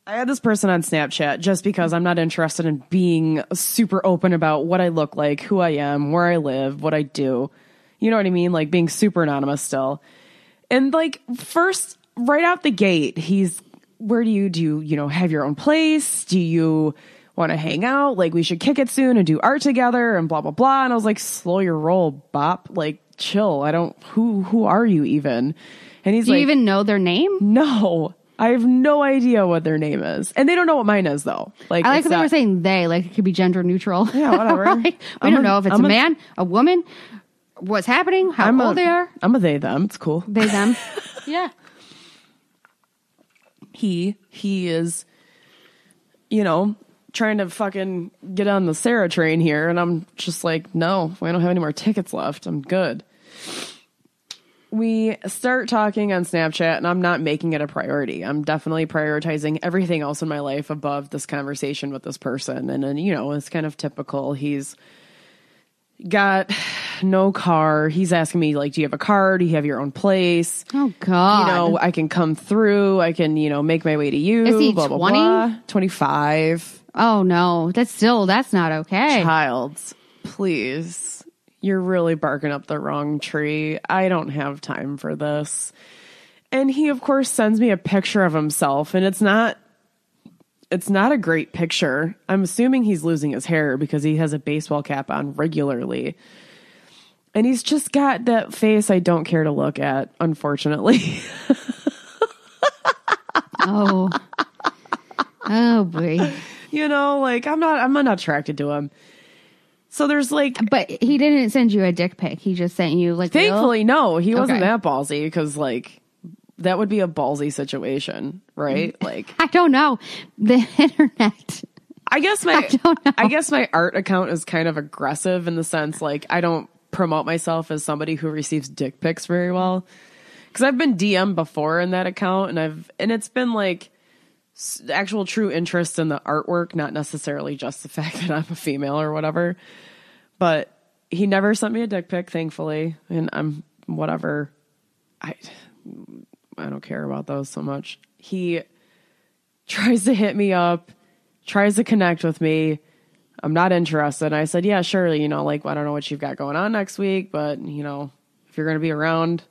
Speaker 1: I had this person on Snapchat just because I'm not interested in being super open about what I look like, who I am, where I live, what I do. You know what I mean? Like being super anonymous still. And like first, right out the gate, he's where do you do you, you know have your own place? Do you want to hang out? Like we should kick it soon and do art together and blah blah blah. And I was like, slow your roll, bop. Like chill. I don't who who are you even? And he's
Speaker 2: Do you
Speaker 1: like,
Speaker 2: even know their name?
Speaker 1: no. I have no idea what their name is. And they don't know what mine is though. Like
Speaker 2: I like
Speaker 1: it's
Speaker 2: how they
Speaker 1: not-
Speaker 2: were saying they, like it could be gender neutral.
Speaker 1: Yeah, whatever.
Speaker 2: like, we
Speaker 1: I'm
Speaker 2: don't
Speaker 1: a-
Speaker 2: know if it's
Speaker 1: I'm
Speaker 2: a
Speaker 1: a-
Speaker 2: man, a woman, what's happening, how
Speaker 1: I'm
Speaker 2: old
Speaker 1: a-
Speaker 2: "Oh, they are.
Speaker 1: I'm a they them. It's cool.
Speaker 2: They, them. yeah.
Speaker 1: he he is you know trying to fucking get on the sarah train here and i'm just like no we don't have any more tickets left i'm good we start talking on snapchat and i'm not making it a priority i'm definitely prioritizing everything else in my life above this conversation with this person and then you know it's kind of typical he's got no car he's asking me like do you have a car do you have your own place
Speaker 2: Oh, God.
Speaker 1: you know, I can come through. I can, you know, make my way to you.
Speaker 2: Is he
Speaker 1: blah, blah,
Speaker 2: 20?
Speaker 1: blah. 25.
Speaker 2: oh, no. That's still, that's not okay.
Speaker 1: Childs, please. You're really barking up the wrong tree. I don't have time for this. And he, of course, sends me a picture of himself, and it's not. It's not a great picture. I'm assuming he's losing his hair because he has a baseball cap on regularly. And he's just got that face I don't care to look at, unfortunately.
Speaker 2: Oh. oh, boy.
Speaker 1: you know like i'm not i'm not attracted to him so there's like
Speaker 2: But he didn't send you a dick pic. He just sent you, like, little-
Speaker 1: thankfully no he wasn't
Speaker 2: Okay.
Speaker 1: that ballsy because like that would be a ballsy situation right like
Speaker 2: I don't know. The internet.
Speaker 1: i guess my I, guess my art account is kind of aggressive in the sense like i don't promote myself as somebody who receives dick pics very well because i've been dm before in that account and i've and it's been like s- actual true interest in the artwork not necessarily just the fact that i'm a female or whatever but he never sent me a dick pic, thankfully, and I'm whatever. I I don't care about those so much. He tries to hit me up, tries to connect with me. I'm not interested. And I said, yeah, sure. You know, like I don't know what you've got going on next week, but you know, if you're gonna be around,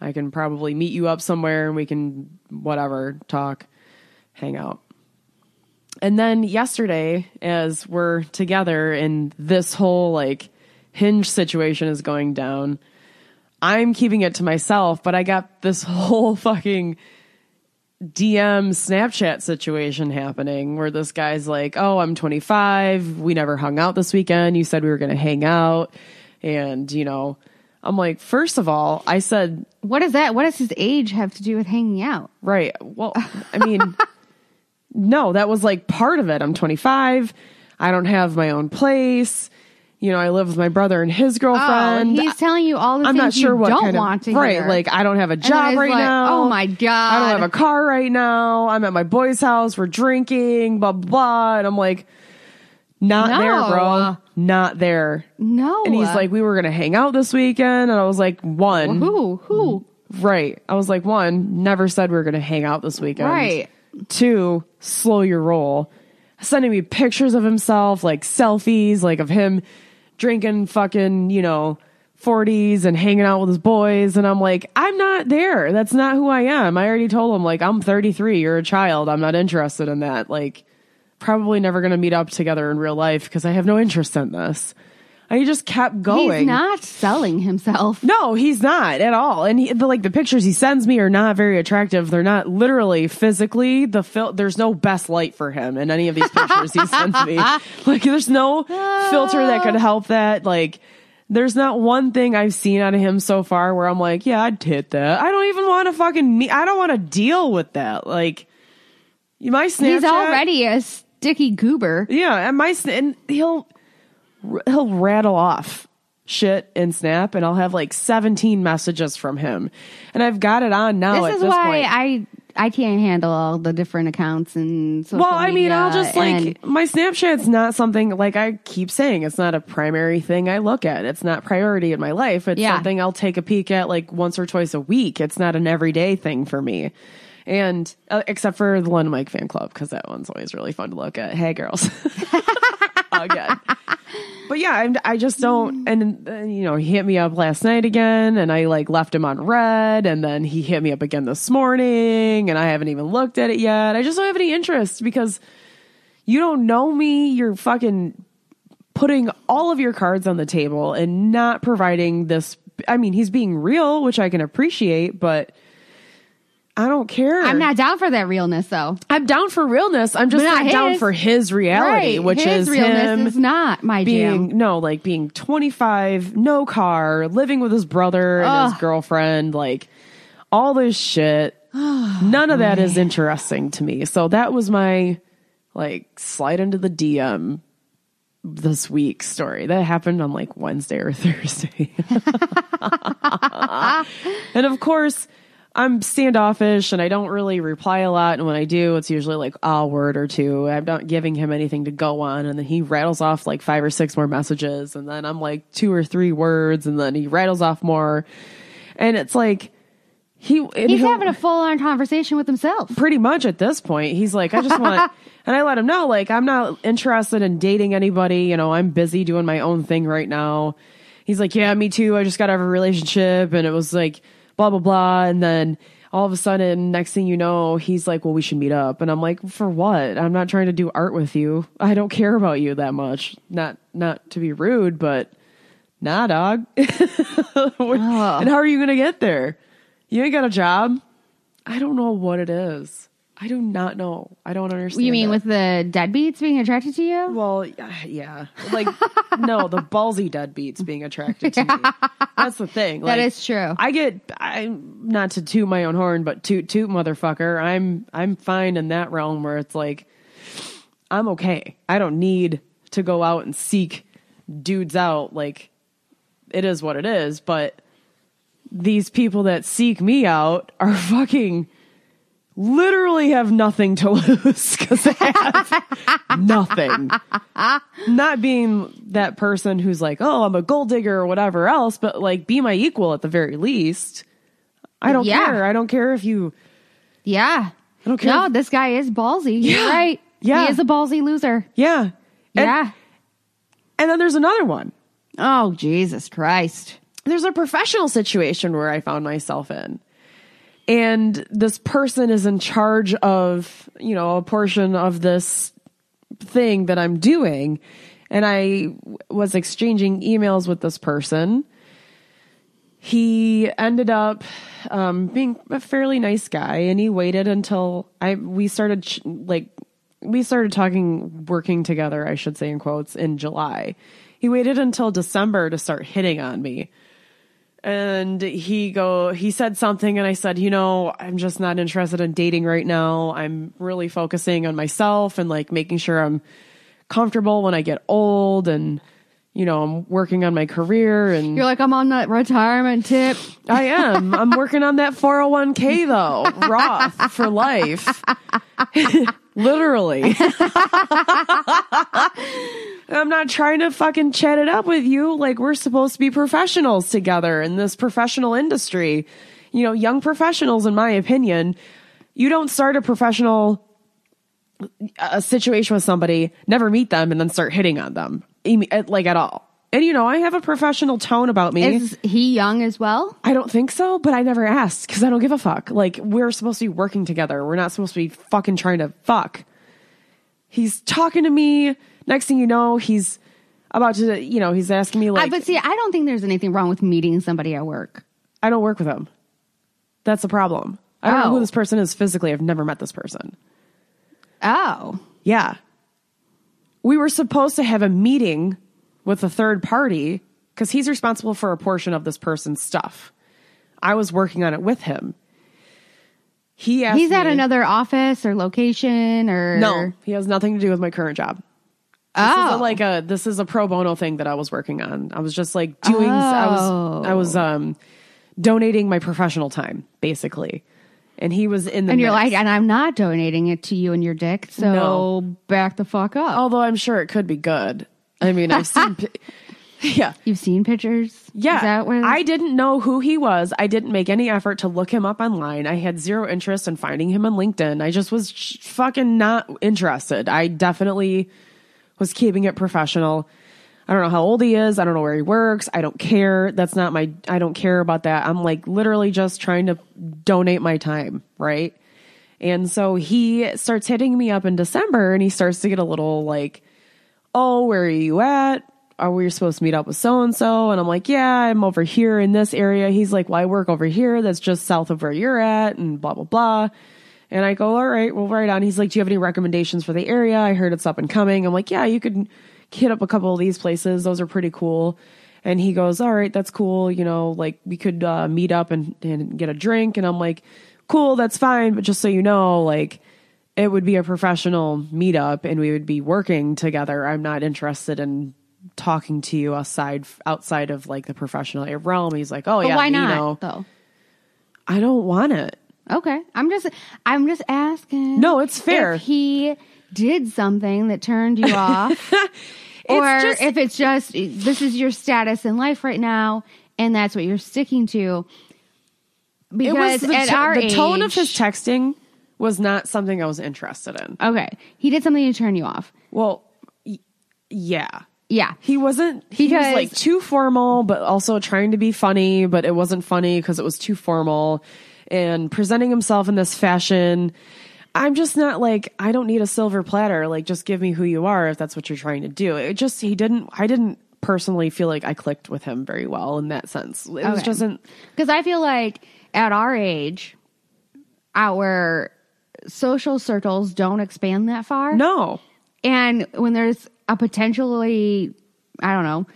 Speaker 1: I can probably meet you up somewhere and we can whatever talk, hang out. And then yesterday, as we're together and this whole like hinge situation is going down, I'm keeping it to myself, but I got this whole fucking DM Snapchat situation happening where this guy's like, "Oh, I'm 25. We never hung out this weekend. You said we were going to hang out." And, you know, I'm like, "First of all, I said,
Speaker 2: What is that? What does his age have to do with hanging out?
Speaker 1: right. Well, I mean, no, that was like part of it. I'm 25. I don't have my own place. You know, I live with my brother Oh, and his girlfriend.
Speaker 2: he's telling you all the
Speaker 1: I'm
Speaker 2: things
Speaker 1: not sure
Speaker 2: you
Speaker 1: what
Speaker 2: don't
Speaker 1: kind of,
Speaker 2: want to
Speaker 1: right.
Speaker 2: hear.
Speaker 1: Like I don't have a
Speaker 2: then
Speaker 1: job
Speaker 2: it's
Speaker 1: right
Speaker 2: like,
Speaker 1: now.
Speaker 2: oh my God.
Speaker 1: I don't have a car right now. I'm at my boy's house. We're drinking. Blah blah. blah. And I'm like, not
Speaker 2: No.
Speaker 1: there, bro. Not there.
Speaker 2: no.
Speaker 1: And he's like, we were gonna hang out this weekend, and I was like, one,
Speaker 2: who? Who?
Speaker 1: right? I was like, one, never said we were gonna hang out this weekend.
Speaker 2: Right.
Speaker 1: Two, slow your roll. Sending me pictures of himself, like selfies, like of him drinking fucking, you know, 40s and hanging out with his boys. And I'm like, I'm not there. That's not who I am. I already told him, like, I'm 33. You're a child. I'm not interested in that. Like, probably never going to meet up together in real life because I have no interest in this. And he just kept going.
Speaker 2: He's not selling himself.
Speaker 1: No, he's not at all. And he, the, like the pictures he sends me are not very attractive. They're not literally physically the fil- there's no best light for him in any of these pictures he sends me. Like there's no filter that could help that. Like there's not one thing I've seen out of him so far where I'm like, yeah, I'd hit that. I don't even want to fucking me. I don't want to deal with that. Like my Snapchat.
Speaker 2: He's already a sticky goober.
Speaker 1: Yeah, and my sn- and he'll he'll rattle off shit and snap, and I'll have like seventeen messages from him, and I've got it on now.
Speaker 2: this
Speaker 1: at
Speaker 2: is
Speaker 1: this
Speaker 2: why
Speaker 1: point.
Speaker 2: I I can't handle all the different accounts and social
Speaker 1: well, I mean, I'll
Speaker 2: media
Speaker 1: just like
Speaker 2: and-
Speaker 1: my Snapchat's not something like I keep saying. It's not a primary thing I look at. It's not priority in my life. It's
Speaker 2: Yeah.
Speaker 1: something I'll take a peek at like once or twice a week. It's not an everyday thing for me. And uh, except for the London Mike fan club, because that one's always really fun to look at. Hey, girls. Again. But yeah, I'm, I just don't. And, uh, you know, he hit me up last night again, and I like left him on red, and then he hit me up again this morning, and I haven't even looked at it yet. I just don't have any interest because you don't know me. You're fucking putting all of your cards on the table and not providing this. I mean, he's being real, which I can appreciate, but I don't care.
Speaker 2: I'm not down for that realness though.
Speaker 1: I'm down for realness. I'm just
Speaker 2: But
Speaker 1: not,
Speaker 2: not
Speaker 1: down
Speaker 2: his.
Speaker 1: for his reality,
Speaker 2: right.
Speaker 1: which
Speaker 2: His
Speaker 1: is
Speaker 2: realness
Speaker 1: him
Speaker 2: is not my
Speaker 1: being
Speaker 2: jam.
Speaker 1: no like being 25 no car living with his brother and his
Speaker 2: Ugh.
Speaker 1: girlfriend like all this shit none of that is interesting to me so that was my like slide into the dm this week story that happened on like wednesday or thursday and of course i'm standoffish and i don't really reply a lot and when i do it's usually like a word or two i'm not giving him anything to go on and then he rattles off like five or six more messages and then i'm like two or three words and then he rattles off more and it's like he and
Speaker 2: He's
Speaker 1: he'll-
Speaker 2: having a full on conversation with himself.
Speaker 1: pretty much at this point he's like i just want and i let him know like i'm not interested in dating anybody you know i'm busy doing my own thing right now he's like yeah me too i just got out of a relationship and it was like blah blah blah and then all of a sudden next thing you know he's like well we should meet up and i'm like for what i'm not trying to do art with you i don't care about you that much not not to be rude but nah dog and how are you gonna get there you ain't got a job I don't know what it is. I do not know. I don't understand.
Speaker 2: You mean
Speaker 1: it.
Speaker 2: with the deadbeats being attracted to you?
Speaker 1: Well, yeah, yeah. Like no, the ballsy deadbeats being attracted to me. That's the thing. Like,
Speaker 2: That is true.
Speaker 1: I get I'm not to toot my own horn, but toot toot motherfucker. I'm I'm fine in that realm where it's like I'm okay. I don't need to go out and seek dudes out. Like it is what it is, but these people that seek me out are fucking literally have nothing to lose because they have nothing. Not being that person who's like, oh, I'm a gold digger or whatever else, but like be my equal at the very least. I don't
Speaker 2: Yeah.
Speaker 1: care. I don't care if you.
Speaker 2: Yeah.
Speaker 1: I don't care.
Speaker 2: No, this guy is ballsy. You're
Speaker 1: Yeah.
Speaker 2: right.
Speaker 1: Yeah.
Speaker 2: He is a ballsy loser.
Speaker 1: Yeah. And,
Speaker 2: yeah.
Speaker 1: And then there's another one.
Speaker 2: Oh, Jesus Christ.
Speaker 1: there's a professional situation where I found myself in. And this person is in charge of, you know, a portion of this thing that I'm doing. And I w- was exchanging emails with this person. he ended up um, being a fairly nice guy, and he waited until I we started ch- like we started talking, working together, I should say in quotes, in July. He waited until December to start hitting on me and he go he said something and i said you know i'm just not interested in dating right now i'm really focusing on myself and like making sure i'm comfortable when i get old and you know i'm working on my career and
Speaker 2: You're like, I'm on that retirement tip.
Speaker 1: I am. I'm working on that 401k though, Roth for life. Literally. I'm not trying to fucking chat it up with you. Like, we're supposed to be professionals together in this professional industry. You know, young professionals, in my opinion, you don't start a professional a situation with somebody, never meet them, and then start hitting on them, Amy- at- like at all. And you know, I have a professional tone about me.
Speaker 2: Is he young as well?
Speaker 1: I don't think so, but I never asked because I don't give a fuck. Like, we're supposed to be working together. We're not supposed to be fucking trying to fuck. He's talking to me. Next thing you know, he's about to, you know, he's asking me,
Speaker 2: I,
Speaker 1: like, I,
Speaker 2: Uh, but see, I don't think there's anything wrong with meeting somebody at work.
Speaker 1: don't work with him. That's the problem. I don't know
Speaker 2: Oh.
Speaker 1: who this person is physically. I've never met this person.
Speaker 2: Oh,
Speaker 1: Yeah. We were supposed to have a meeting with a third party because he's responsible for a portion of this person's stuff. I was working on it with him. He asked
Speaker 2: he's at
Speaker 1: me-
Speaker 2: another office or location or
Speaker 1: No, he has nothing to do with my current job. This
Speaker 2: Oh,
Speaker 1: is a, like a this is a pro bono thing that I was working on. I was just like doing I was I
Speaker 2: Oh.
Speaker 1: was um donating my professional time basically. And he was in the
Speaker 2: and you're
Speaker 1: mix.
Speaker 2: like, and I'm not donating it to you and your dick, so
Speaker 1: No. Oh.
Speaker 2: back the fuck up.
Speaker 1: although I'm sure it could be good. I mean, I've seen pi- Yeah.
Speaker 2: You've seen pictures?
Speaker 1: Yeah.
Speaker 2: Is that where
Speaker 1: I didn't know who he was. I didn't make any effort to look him up online. I had zero interest in finding him on LinkedIn. I just was sh- fucking not interested. I definitely was keeping it professional. I don't know how old he is. I don't know where he works. I don't care. That's not my, I don't care about that. I'm like literally just trying to donate my time. Right. And so he starts hitting me up in December and he starts to get a little like, oh, where are you at? Are we supposed to meet up with so and so? And I'm like, yeah, I'm over here in this area. He's like, well, I work over here. That's just south of where you're at, and blah, blah, blah. And I go, all right, well, right on. He's like, do you have any recommendations for the area? I heard it's up and coming. I'm like, yeah, you could hit up a couple of these places. Those are pretty cool. And he goes, all right, that's cool. You know, like we could uh, meet up and, and get a drink. And I'm like, cool, that's fine. But just so you know, like, it would be a professional meetup and we would be working together. I'm not interested in talking to you outside outside of like the professional realm. He's like, oh
Speaker 2: But
Speaker 1: yeah,
Speaker 2: why
Speaker 1: you
Speaker 2: not
Speaker 1: know,
Speaker 2: though?
Speaker 1: I don't want it.
Speaker 2: Okay, I'm just I'm just asking.
Speaker 1: No, it's fair.
Speaker 2: If he did something that turned you off, or
Speaker 1: just-
Speaker 2: if it's just this is your status in life right now, and that's what you're sticking to. Because
Speaker 1: it was the,
Speaker 2: at
Speaker 1: to-
Speaker 2: our
Speaker 1: the tone of
Speaker 2: age-
Speaker 1: his texting was not something I was interested in.
Speaker 2: okay, he did something to turn you off.
Speaker 1: Well, y- yeah.
Speaker 2: Yeah,
Speaker 1: He wasn't he was
Speaker 2: Because-
Speaker 1: like too formal but also trying to be funny, but it wasn't funny cuz it was too formal and presenting himself in this fashion. I'm just not like I don't need a silver platter, like just give me who you are if that's what you're trying to do. It just he didn't I didn't personally feel like I clicked with him very well in that sense. It was
Speaker 2: Okay.
Speaker 1: just an
Speaker 2: Because I feel like at our age, our social circles don't expand that far.
Speaker 1: no.
Speaker 2: And when there's a potentially, I don't know,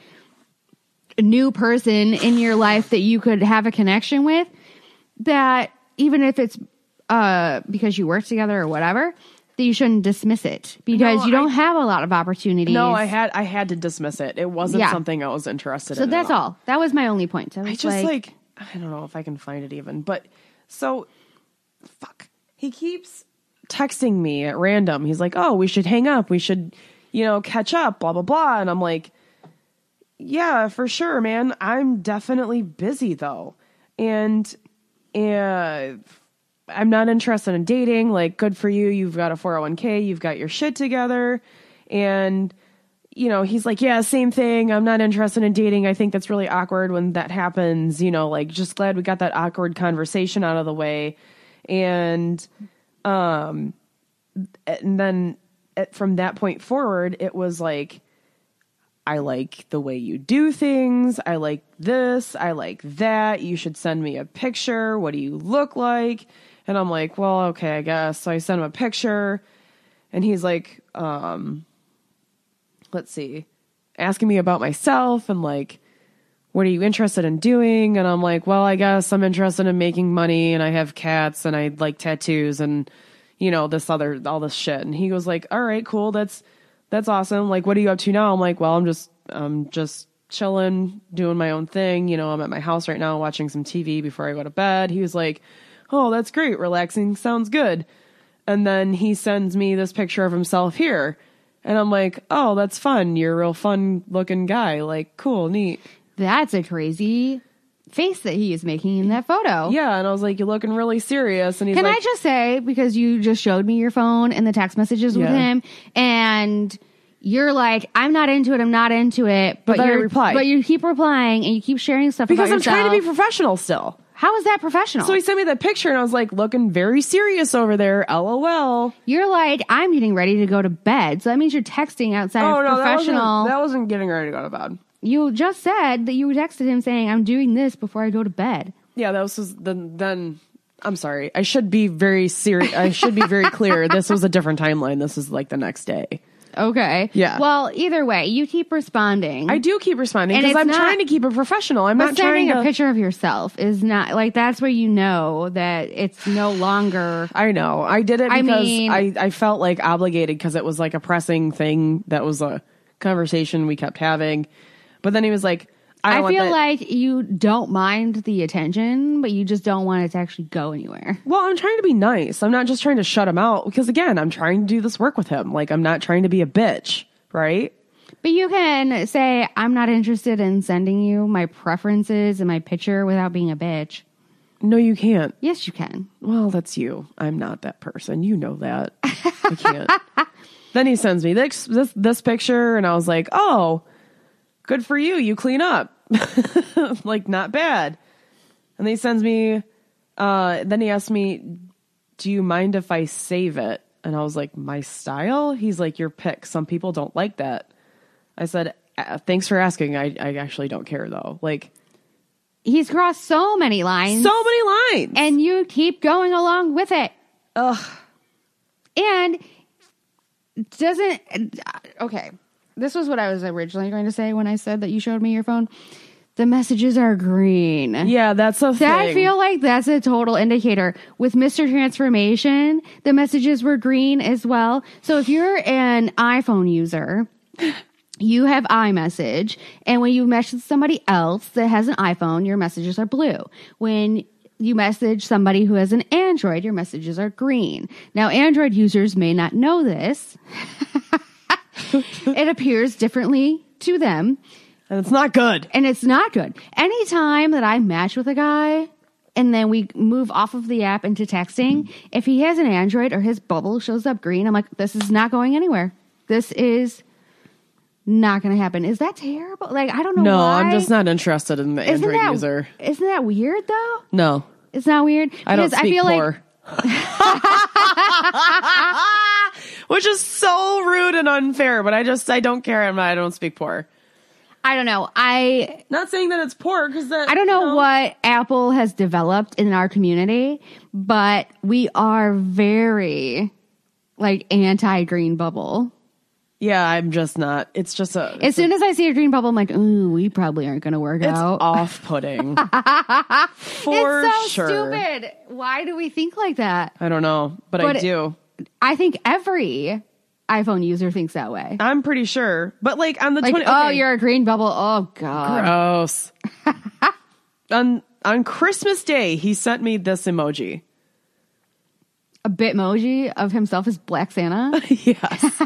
Speaker 2: new person in your life that you could have a connection with, that even if it's uh, because you work together or whatever, that you shouldn't dismiss it because
Speaker 1: No,
Speaker 2: you don't have a lot of opportunities.
Speaker 1: No, I had I had to dismiss it. It wasn't
Speaker 2: Yeah.
Speaker 1: something I was interested
Speaker 2: So
Speaker 1: in. at
Speaker 2: that's all. That was my only point. I was
Speaker 1: I just like, I don't know if I can find it even, but so fuck. He keeps texting me at random. He's like, "Oh, we should hang up. We should, you know, catch up, blah blah blah." And I'm like, "Yeah, for sure, man. I'm definitely busy though." And uh I'm not interested in dating. Like, good for you. You've got a 401k. You've got your shit together. And, you know, he's like, yeah, same thing. I'm not interested in dating. I think that's really awkward when that happens. You know, like, just glad we got that awkward conversation out of the way. And, um, and then uh, from that point forward, it was like, I like the way you do things. I like this. I like that. You should send me a picture. What do you look like? And I'm like, well, okay, I guess. So I sent him a picture and he's like, um, let's see, asking me about myself and like, what are you interested in doing? And I'm like, well, I guess I'm interested in making money and I have cats and I like tattoos and you know, this other all this shit. And he goes like, "All right, cool. That's that's awesome. Like, what are you up to now?" I'm like, "Well, I'm just I'm just chilling, doing my own thing. You know, I'm at my house right now watching some TV before I go to bed." He was like, "Oh, that's great. Relaxing. Sounds good." And then he sends me this picture of himself here. And I'm like, "Oh, that's fun. You're a real fun looking guy. Like, cool, neat."
Speaker 2: That's a crazy face that he is making in that photo.
Speaker 1: Yeah, and I was like, "You're looking really serious." And he's
Speaker 2: Can
Speaker 1: like,
Speaker 2: I just say, because you just showed me your phone and the text messages with
Speaker 1: Yeah.
Speaker 2: him, and you're like, I'm not into it, I'm not into it, but,
Speaker 1: then I
Speaker 2: you're
Speaker 1: replied.
Speaker 2: But you keep replying and you keep sharing stuff
Speaker 1: "Because
Speaker 2: about
Speaker 1: I'm trying to be
Speaker 2: yourself.
Speaker 1: professional still."
Speaker 2: How is that professional?
Speaker 1: So he sent me that picture, and I was like, looking very serious over there. LOL.
Speaker 2: you're like, I'm getting ready to go to bed. So that means you're texting outside of professional.
Speaker 1: Oh, That wasn't, that wasn't getting ready to go to bed.
Speaker 2: you just said that you texted him saying, I'm doing this before I go to bed.
Speaker 1: Yeah, that was just, then. Then I'm sorry. I should be very serious. I should be very clear. This was a different timeline. This is like the next day.
Speaker 2: Okay.
Speaker 1: Yeah.
Speaker 2: Well, either way, you keep responding.
Speaker 1: I do keep responding
Speaker 2: And
Speaker 1: because
Speaker 2: it's
Speaker 1: I'm
Speaker 2: not-
Speaker 1: trying to keep it professional. I'm
Speaker 2: but
Speaker 1: not trying
Speaker 2: sending
Speaker 1: to.
Speaker 2: a picture of yourself is not like that's where you know that it's no longer
Speaker 1: I know. I did it
Speaker 2: I
Speaker 1: because I,
Speaker 2: mean-
Speaker 1: I, felt like obligated because it was like a pressing thing that was a conversation we kept having. But then he was like, I,
Speaker 2: I,
Speaker 1: don't want
Speaker 2: feel
Speaker 1: that-
Speaker 2: like you don't mind the attention, but you just don't want it to actually go anywhere.
Speaker 1: Well, I'm trying to be nice. I'm not just trying to shut him out because again, I'm trying to do this work with him. Like I'm not trying to be a bitch, right?
Speaker 2: But you can say, I'm not interested in sending you my preferences and my picture without being a bitch.
Speaker 1: No, you can't.
Speaker 2: Yes, you can.
Speaker 1: Well, that's you. I'm not that person. You know that. I can't. then he sends me this, this this picture and I was like, "Oh, good for you. You clean up." like not bad. And then he sends me uh then he asked me, "Do you mind if I save it?" And I was like, "My style?" He's like, "Your pick. Some people don't like that." I said, "Uh, "Thanks for asking. I I actually don't care though." Like
Speaker 2: He's crossed so many lines
Speaker 1: so many lines.
Speaker 2: and you keep going along with it.
Speaker 1: Ugh.
Speaker 2: And doesn't okay. This was what I was originally going to say when I said that you showed me your phone. The messages are green.
Speaker 1: Yeah, that's a
Speaker 2: That I
Speaker 1: thing.
Speaker 2: feel like that's a total indicator. With Mr. Transformation, the messages were green as well. So if you're an iPhone user, you have iMessage, and when you message somebody else that has an iPhone, your messages are blue. When you message somebody who has an Android, your messages are green. Now, Android users may not know this. it appears differently to them
Speaker 1: and it's not good.
Speaker 2: and it's not good. Anytime that I match with a guy and then we move off of the app into texting, if he has an Android or his bubble shows up green, I'm like, this is not going anywhere. This is not going to happen. Is that terrible? Like, I don't know.
Speaker 1: No,
Speaker 2: why.
Speaker 1: I'm just not interested in the
Speaker 2: Isn't
Speaker 1: Android
Speaker 2: that,
Speaker 1: user.
Speaker 2: Isn't that weird though?
Speaker 1: No,
Speaker 2: It's not weird.
Speaker 1: I don't speak
Speaker 2: feel
Speaker 1: poor.
Speaker 2: like
Speaker 1: Which is so rude and unfair, but I just I don't care. I'm not, I don't speak poor.
Speaker 2: I don't know. I
Speaker 1: Not saying that it's poor because
Speaker 2: I don't know what Apple has developed in our community, but we are very like anti green bubble.
Speaker 1: Yeah, I'm just not. It's just a.
Speaker 2: As soon as I see a green bubble, I'm like, ooh, we probably aren't going to work
Speaker 1: it's
Speaker 2: out.
Speaker 1: off-putting for
Speaker 2: it's so
Speaker 1: sure.
Speaker 2: stupid. Why do we think like that?
Speaker 1: I don't know, but,
Speaker 2: But
Speaker 1: I
Speaker 2: it-
Speaker 1: do.
Speaker 2: I think every iPhone user thinks that way.
Speaker 1: I'm pretty sure, but like on the
Speaker 2: Like,
Speaker 1: 20,
Speaker 2: oh,
Speaker 1: okay.
Speaker 2: you're a green bubble. Oh, God.
Speaker 1: gross. on on Christmas Day, he sent me this emoji.
Speaker 2: A bitmoji of himself as Black Santa.
Speaker 1: Yes.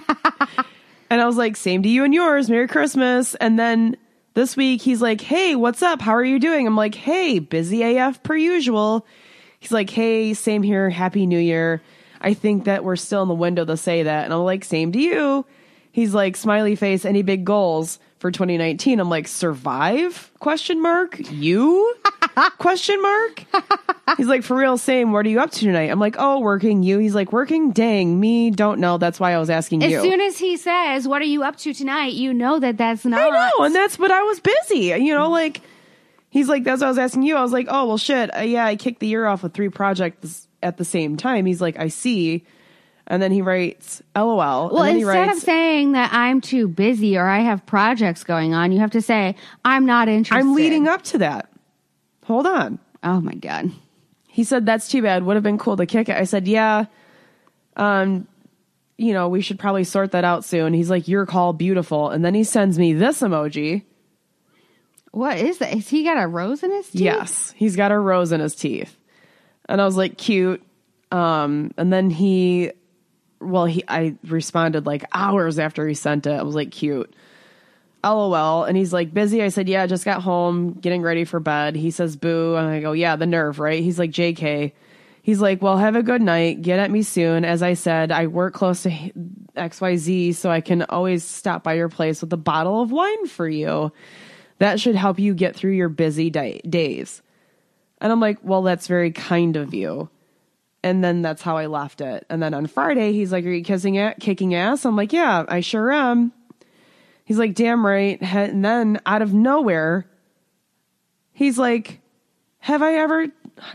Speaker 1: and I was like, same to you and yours. Merry Christmas. And then this week he's like, hey, what's up? How are you doing? I'm like, hey, busy AF per usual. He's like, hey, same here. Happy New Year. I think that we're still in the window to say that. And I'm like, same to you. He's like, smiley face, any big goals for 2019? I'm like, survive? Question mark. You? Question mark. He's like, for real, same. What are you up to tonight? I'm like, oh, working. You. He's like, working. Dang, me. Don't know. That's why I was asking
Speaker 2: As
Speaker 1: you.
Speaker 2: soon as he says, "What are you up to tonight?" you know that that's not.
Speaker 1: I know, and that's but I was busy. You know, like he's like, that's what I was asking you. I was like, oh well, shit. Uh, yeah, I kicked the year off with three projects at the same time. He's like, I see. And then he writes, LOL.
Speaker 2: Well,
Speaker 1: and then he
Speaker 2: instead
Speaker 1: writes,
Speaker 2: of saying that I'm too busy or I have projects going on, you have to say I'm not interested.
Speaker 1: I'm leading up to that. Hold on.
Speaker 2: Oh my god.
Speaker 1: He said, that's too bad. Would have been cool to kick it. I said, yeah. Um, you know, we should probably sort that out soon. He's like, your call, beautiful. And then he sends me this emoji.
Speaker 2: What is that? Has he got a rose in his teeth?
Speaker 1: Yes, he's got a rose in his teeth. And I was like, cute. Um, and then he, well, he, I responded like hours after he sent it. I was like, cute. LOL. And he's like, busy. I said, yeah, just got home, getting ready for bed. He says, boo. And I go, yeah, the nerve, right? He's like, JK. He's like, well, have a good night. Get at me soon. As I said, I work close to XYZ, so I can always stop by your place with a bottle of wine for you. That should help you get through your busy day- days. And I'm like, well, that's very kind of you. And then that's how I left it. And then on Friday, he's like, are you kissing it, kicking ass? I'm like, yeah, I sure am. He's like, damn right. He- And then out of nowhere, he's like, have I ever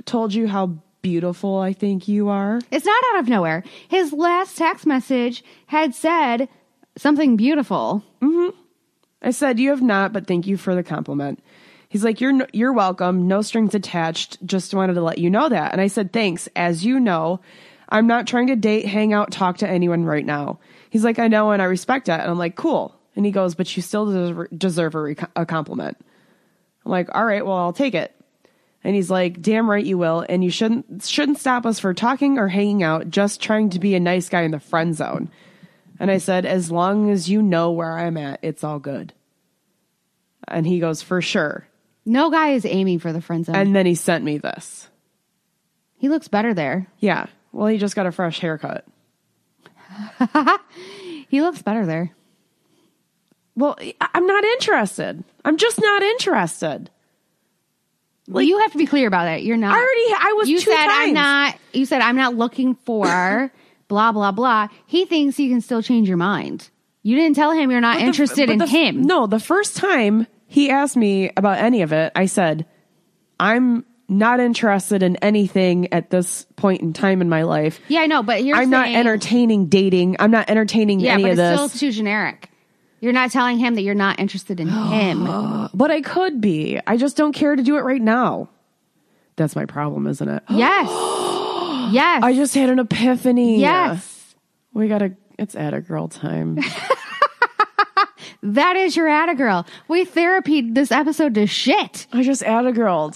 Speaker 1: told you how beautiful I think you are?
Speaker 2: It's not out of nowhere. His last text message had said something beautiful.
Speaker 1: I said, "You have not, but thank you for the compliment." He's like, "You're n- you're welcome. No strings attached. Just wanted to let you know that." And I said, "Thanks. As you know, I'm not trying to date, hang out, talk to anyone right now." He's like, "I know, and I respect that." And I'm like, "Cool." And he goes, "But you still deserve, deserve a, rec- a compliment." I'm like, "All right, well, I'll take it." And he's like, "Damn right you will, and you shouldn't shouldn't stop us for talking or hanging out. Just trying to be a nice guy in the friend zone." And I said, "As long as you know where I'm at, it's all good." And he goes, For sure.
Speaker 2: No guy is aiming for the friend zone.
Speaker 1: And then he sent me this.
Speaker 2: he looks better there.
Speaker 1: Yeah. Well, he just got a fresh haircut.
Speaker 2: He looks better there.
Speaker 1: Well, I- I'm not interested. I'm just not interested.
Speaker 2: Well, you have to be clear about it. You're not.
Speaker 1: I already, I was
Speaker 2: you
Speaker 1: two
Speaker 2: said
Speaker 1: times.
Speaker 2: I'm not. You said I'm not looking for blah blah blah. He thinks you can still change your mind. You didn't tell him you're not
Speaker 1: The f-
Speaker 2: interested
Speaker 1: but
Speaker 2: in
Speaker 1: the f-
Speaker 2: him.
Speaker 1: No, the first time he asked me about any of it, I said, I'm not interested in anything at this point in time in my life.
Speaker 2: Yeah, I know, but you're
Speaker 1: I'm not
Speaker 2: saying-
Speaker 1: entertaining dating. I'm not entertaining
Speaker 2: Yeah,
Speaker 1: any
Speaker 2: but
Speaker 1: of this.
Speaker 2: it's still too generic. You're not telling him that you're not interested in him.
Speaker 1: but I could be. I just don't care to do it right now. That's my problem, isn't it?
Speaker 2: yes. Yes.
Speaker 1: I just had an epiphany.
Speaker 2: yes.
Speaker 1: We gotta it's at a girl time.
Speaker 2: That is your Atta girl. We therapied this episode to shit.
Speaker 1: I just at a girl.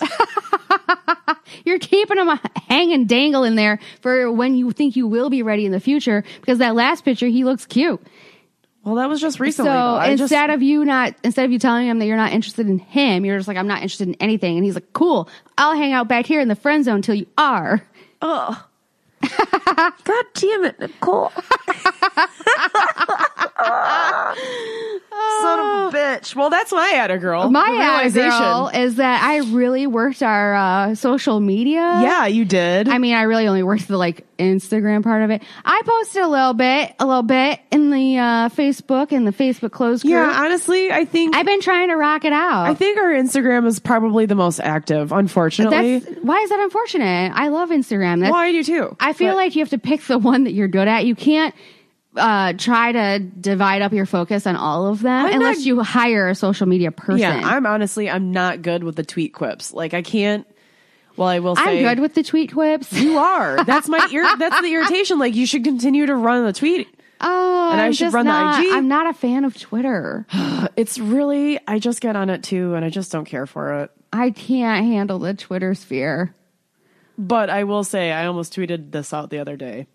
Speaker 2: You're keeping them hanging dangle in there for when you think you will be ready in the future because that last picture, he looks cute.
Speaker 1: Well, that was just recently. though.
Speaker 2: So
Speaker 1: I just,
Speaker 2: instead of you not, instead of you telling him that you're not interested in him, you're just like, I'm not interested in anything. And he's like, cool, I'll hang out back here in the friend zone till you are.
Speaker 1: oh. God damn it, Nicole. Son of a bitch. Well, that's my at a girl.
Speaker 2: Oh. My
Speaker 1: The
Speaker 2: atta girl is that I really worked our uh, social media.
Speaker 1: Yeah, you did.
Speaker 2: I mean, I really only worked the like Instagram part of it. I posted a little bit, a little bit in the uh, Facebook and the Facebook closed group.
Speaker 1: yeah, honestly, I think
Speaker 2: I've been trying to rock it out.
Speaker 1: I think our Instagram is probably the most active, unfortunately.
Speaker 2: That's why is that unfortunate? I love Instagram. That's,
Speaker 1: well, I do too.
Speaker 2: I feel
Speaker 1: But-
Speaker 2: like you have to pick the one that you're good at. You can't uh, try to divide up your focus on all of them
Speaker 1: I'm
Speaker 2: unless
Speaker 1: not-
Speaker 2: you hire a social media person.
Speaker 1: Yeah, I'm honestly I'm not good with the tweet quips. Like I can't. Well, I will say
Speaker 2: I'm good with the tweet quips.
Speaker 1: You are. That's my ir- that's the irritation. Like you should continue to run the tweet.
Speaker 2: Oh,
Speaker 1: And I
Speaker 2: I'm
Speaker 1: should
Speaker 2: just
Speaker 1: run the
Speaker 2: not,
Speaker 1: IG.
Speaker 2: I'm not a fan of Twitter.
Speaker 1: It's really I just get on it too, and I just don't care for it.
Speaker 2: I can't handle the Twitter sphere.
Speaker 1: But I will say I almost tweeted this out the other day.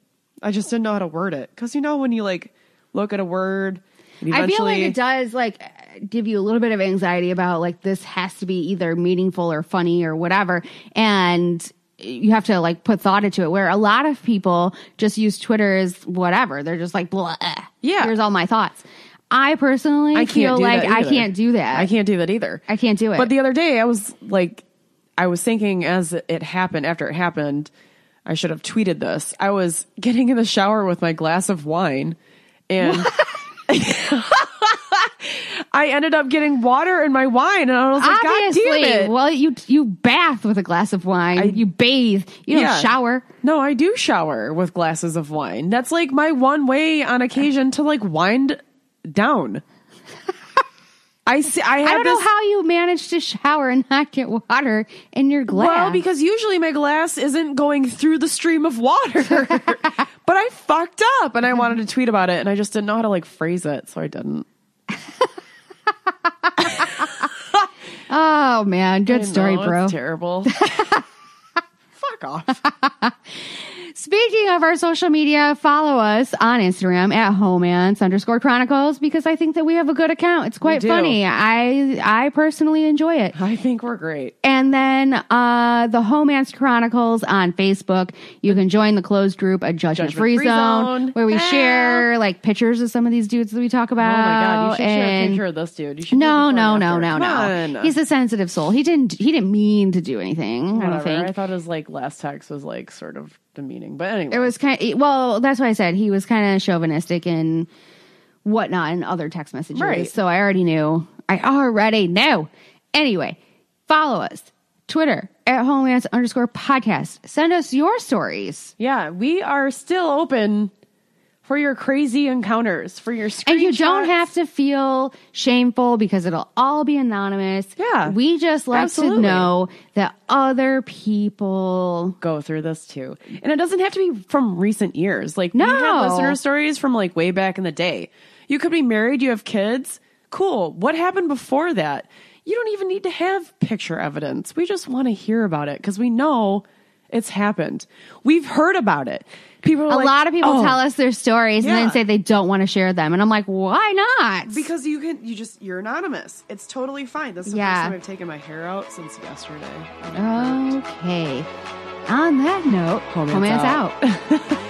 Speaker 1: I just didn't know how to word it because you know when you like look at a word. and
Speaker 2: I feel like
Speaker 1: eventually-
Speaker 2: it does like give you a little bit of anxiety about like this has to be either meaningful or funny or whatever and you have to like put thought into it where a lot of people just use Twitter as whatever. They're just like blah.
Speaker 1: Yeah.
Speaker 2: Here's all my thoughts. I personally
Speaker 1: I can't
Speaker 2: feel
Speaker 1: do
Speaker 2: like
Speaker 1: that
Speaker 2: I
Speaker 1: either.
Speaker 2: can't do that.
Speaker 1: I can't do that either.
Speaker 2: I can't do it.
Speaker 1: But the other day, I was like, I was thinking as it happened, after it happened, I should have tweeted this. I was getting in the shower with my glass of wine and I ended up getting water in my wine and I was like, God damn it.
Speaker 2: Well, you you bath with a glass of wine. you bathe. You don't
Speaker 1: Yeah.
Speaker 2: shower.
Speaker 1: No, I do shower with glasses of wine. That's like my one way on occasion to like wind down. I see. I have
Speaker 2: I don't
Speaker 1: this.
Speaker 2: know how you manage to shower and not get water in your glass.
Speaker 1: Well, because usually my glass isn't going through the stream of water. but I fucked up and I wanted to tweet about it and I just didn't know how to like phrase it, so I didn't.
Speaker 2: oh man, good
Speaker 1: I
Speaker 2: story,
Speaker 1: know,
Speaker 2: bro.
Speaker 1: It's terrible. Fuck off.
Speaker 2: Speaking of our social media, follow us on Instagram at Homance underscore Chronicles because I think that we have a good account. It's quite
Speaker 1: do.
Speaker 2: funny. I I personally enjoy it.
Speaker 1: I think we're great.
Speaker 2: And then uh the Homance Chronicles on Facebook. You can join the closed group, a judgment,
Speaker 1: Judgment-free
Speaker 2: free, zone,
Speaker 1: zone.
Speaker 2: where we
Speaker 1: Ah.
Speaker 2: share like pictures of some of these dudes that we talk
Speaker 1: Oh
Speaker 2: about.
Speaker 1: my god, you should share a
Speaker 2: and-
Speaker 1: picture of this dude. You should do
Speaker 2: No,
Speaker 1: before and
Speaker 2: no, no,
Speaker 1: after.
Speaker 2: no,
Speaker 1: Come
Speaker 2: no.
Speaker 1: on.
Speaker 2: He's a sensitive soul. He didn't. He didn't mean to do anything. I don't
Speaker 1: Whatever.
Speaker 2: think
Speaker 1: I thought his like last text was like sort of demeaning, but anyway,
Speaker 2: it was kind. Of, well, that's why I said he was kind of chauvinistic and whatnot in other text messages.
Speaker 1: Right.
Speaker 2: So I already knew. I already knew. Anyway, follow us Twitter at homelands underscore podcast. Send us your stories.
Speaker 1: yeah, we are still open for your crazy encounters, for your
Speaker 2: And you don't
Speaker 1: screenshots.
Speaker 2: have to feel shameful because it'll all be anonymous.
Speaker 1: Yeah.
Speaker 2: We just like
Speaker 1: Absolutely.
Speaker 2: to know that other people
Speaker 1: go through this too. And it doesn't have to be from recent years. Like we
Speaker 2: No.
Speaker 1: had listener stories from like way back in the day. You could be married, you have kids. Cool. What happened before that? You don't even need to have picture evidence. We just want to hear about it because we know it's happened. We've heard about it. People are
Speaker 2: a
Speaker 1: like,
Speaker 2: lot of people
Speaker 1: "Oh,
Speaker 2: tell us their stories and
Speaker 1: Yeah.
Speaker 2: then say they don't want to share them and i'm like why not
Speaker 1: because you can you just you're anonymous. It's totally fine. This is the
Speaker 2: Yeah.
Speaker 1: first time I've taken my hair out since yesterday.
Speaker 2: okay on that note
Speaker 1: Comments
Speaker 2: comments
Speaker 1: out.
Speaker 2: out.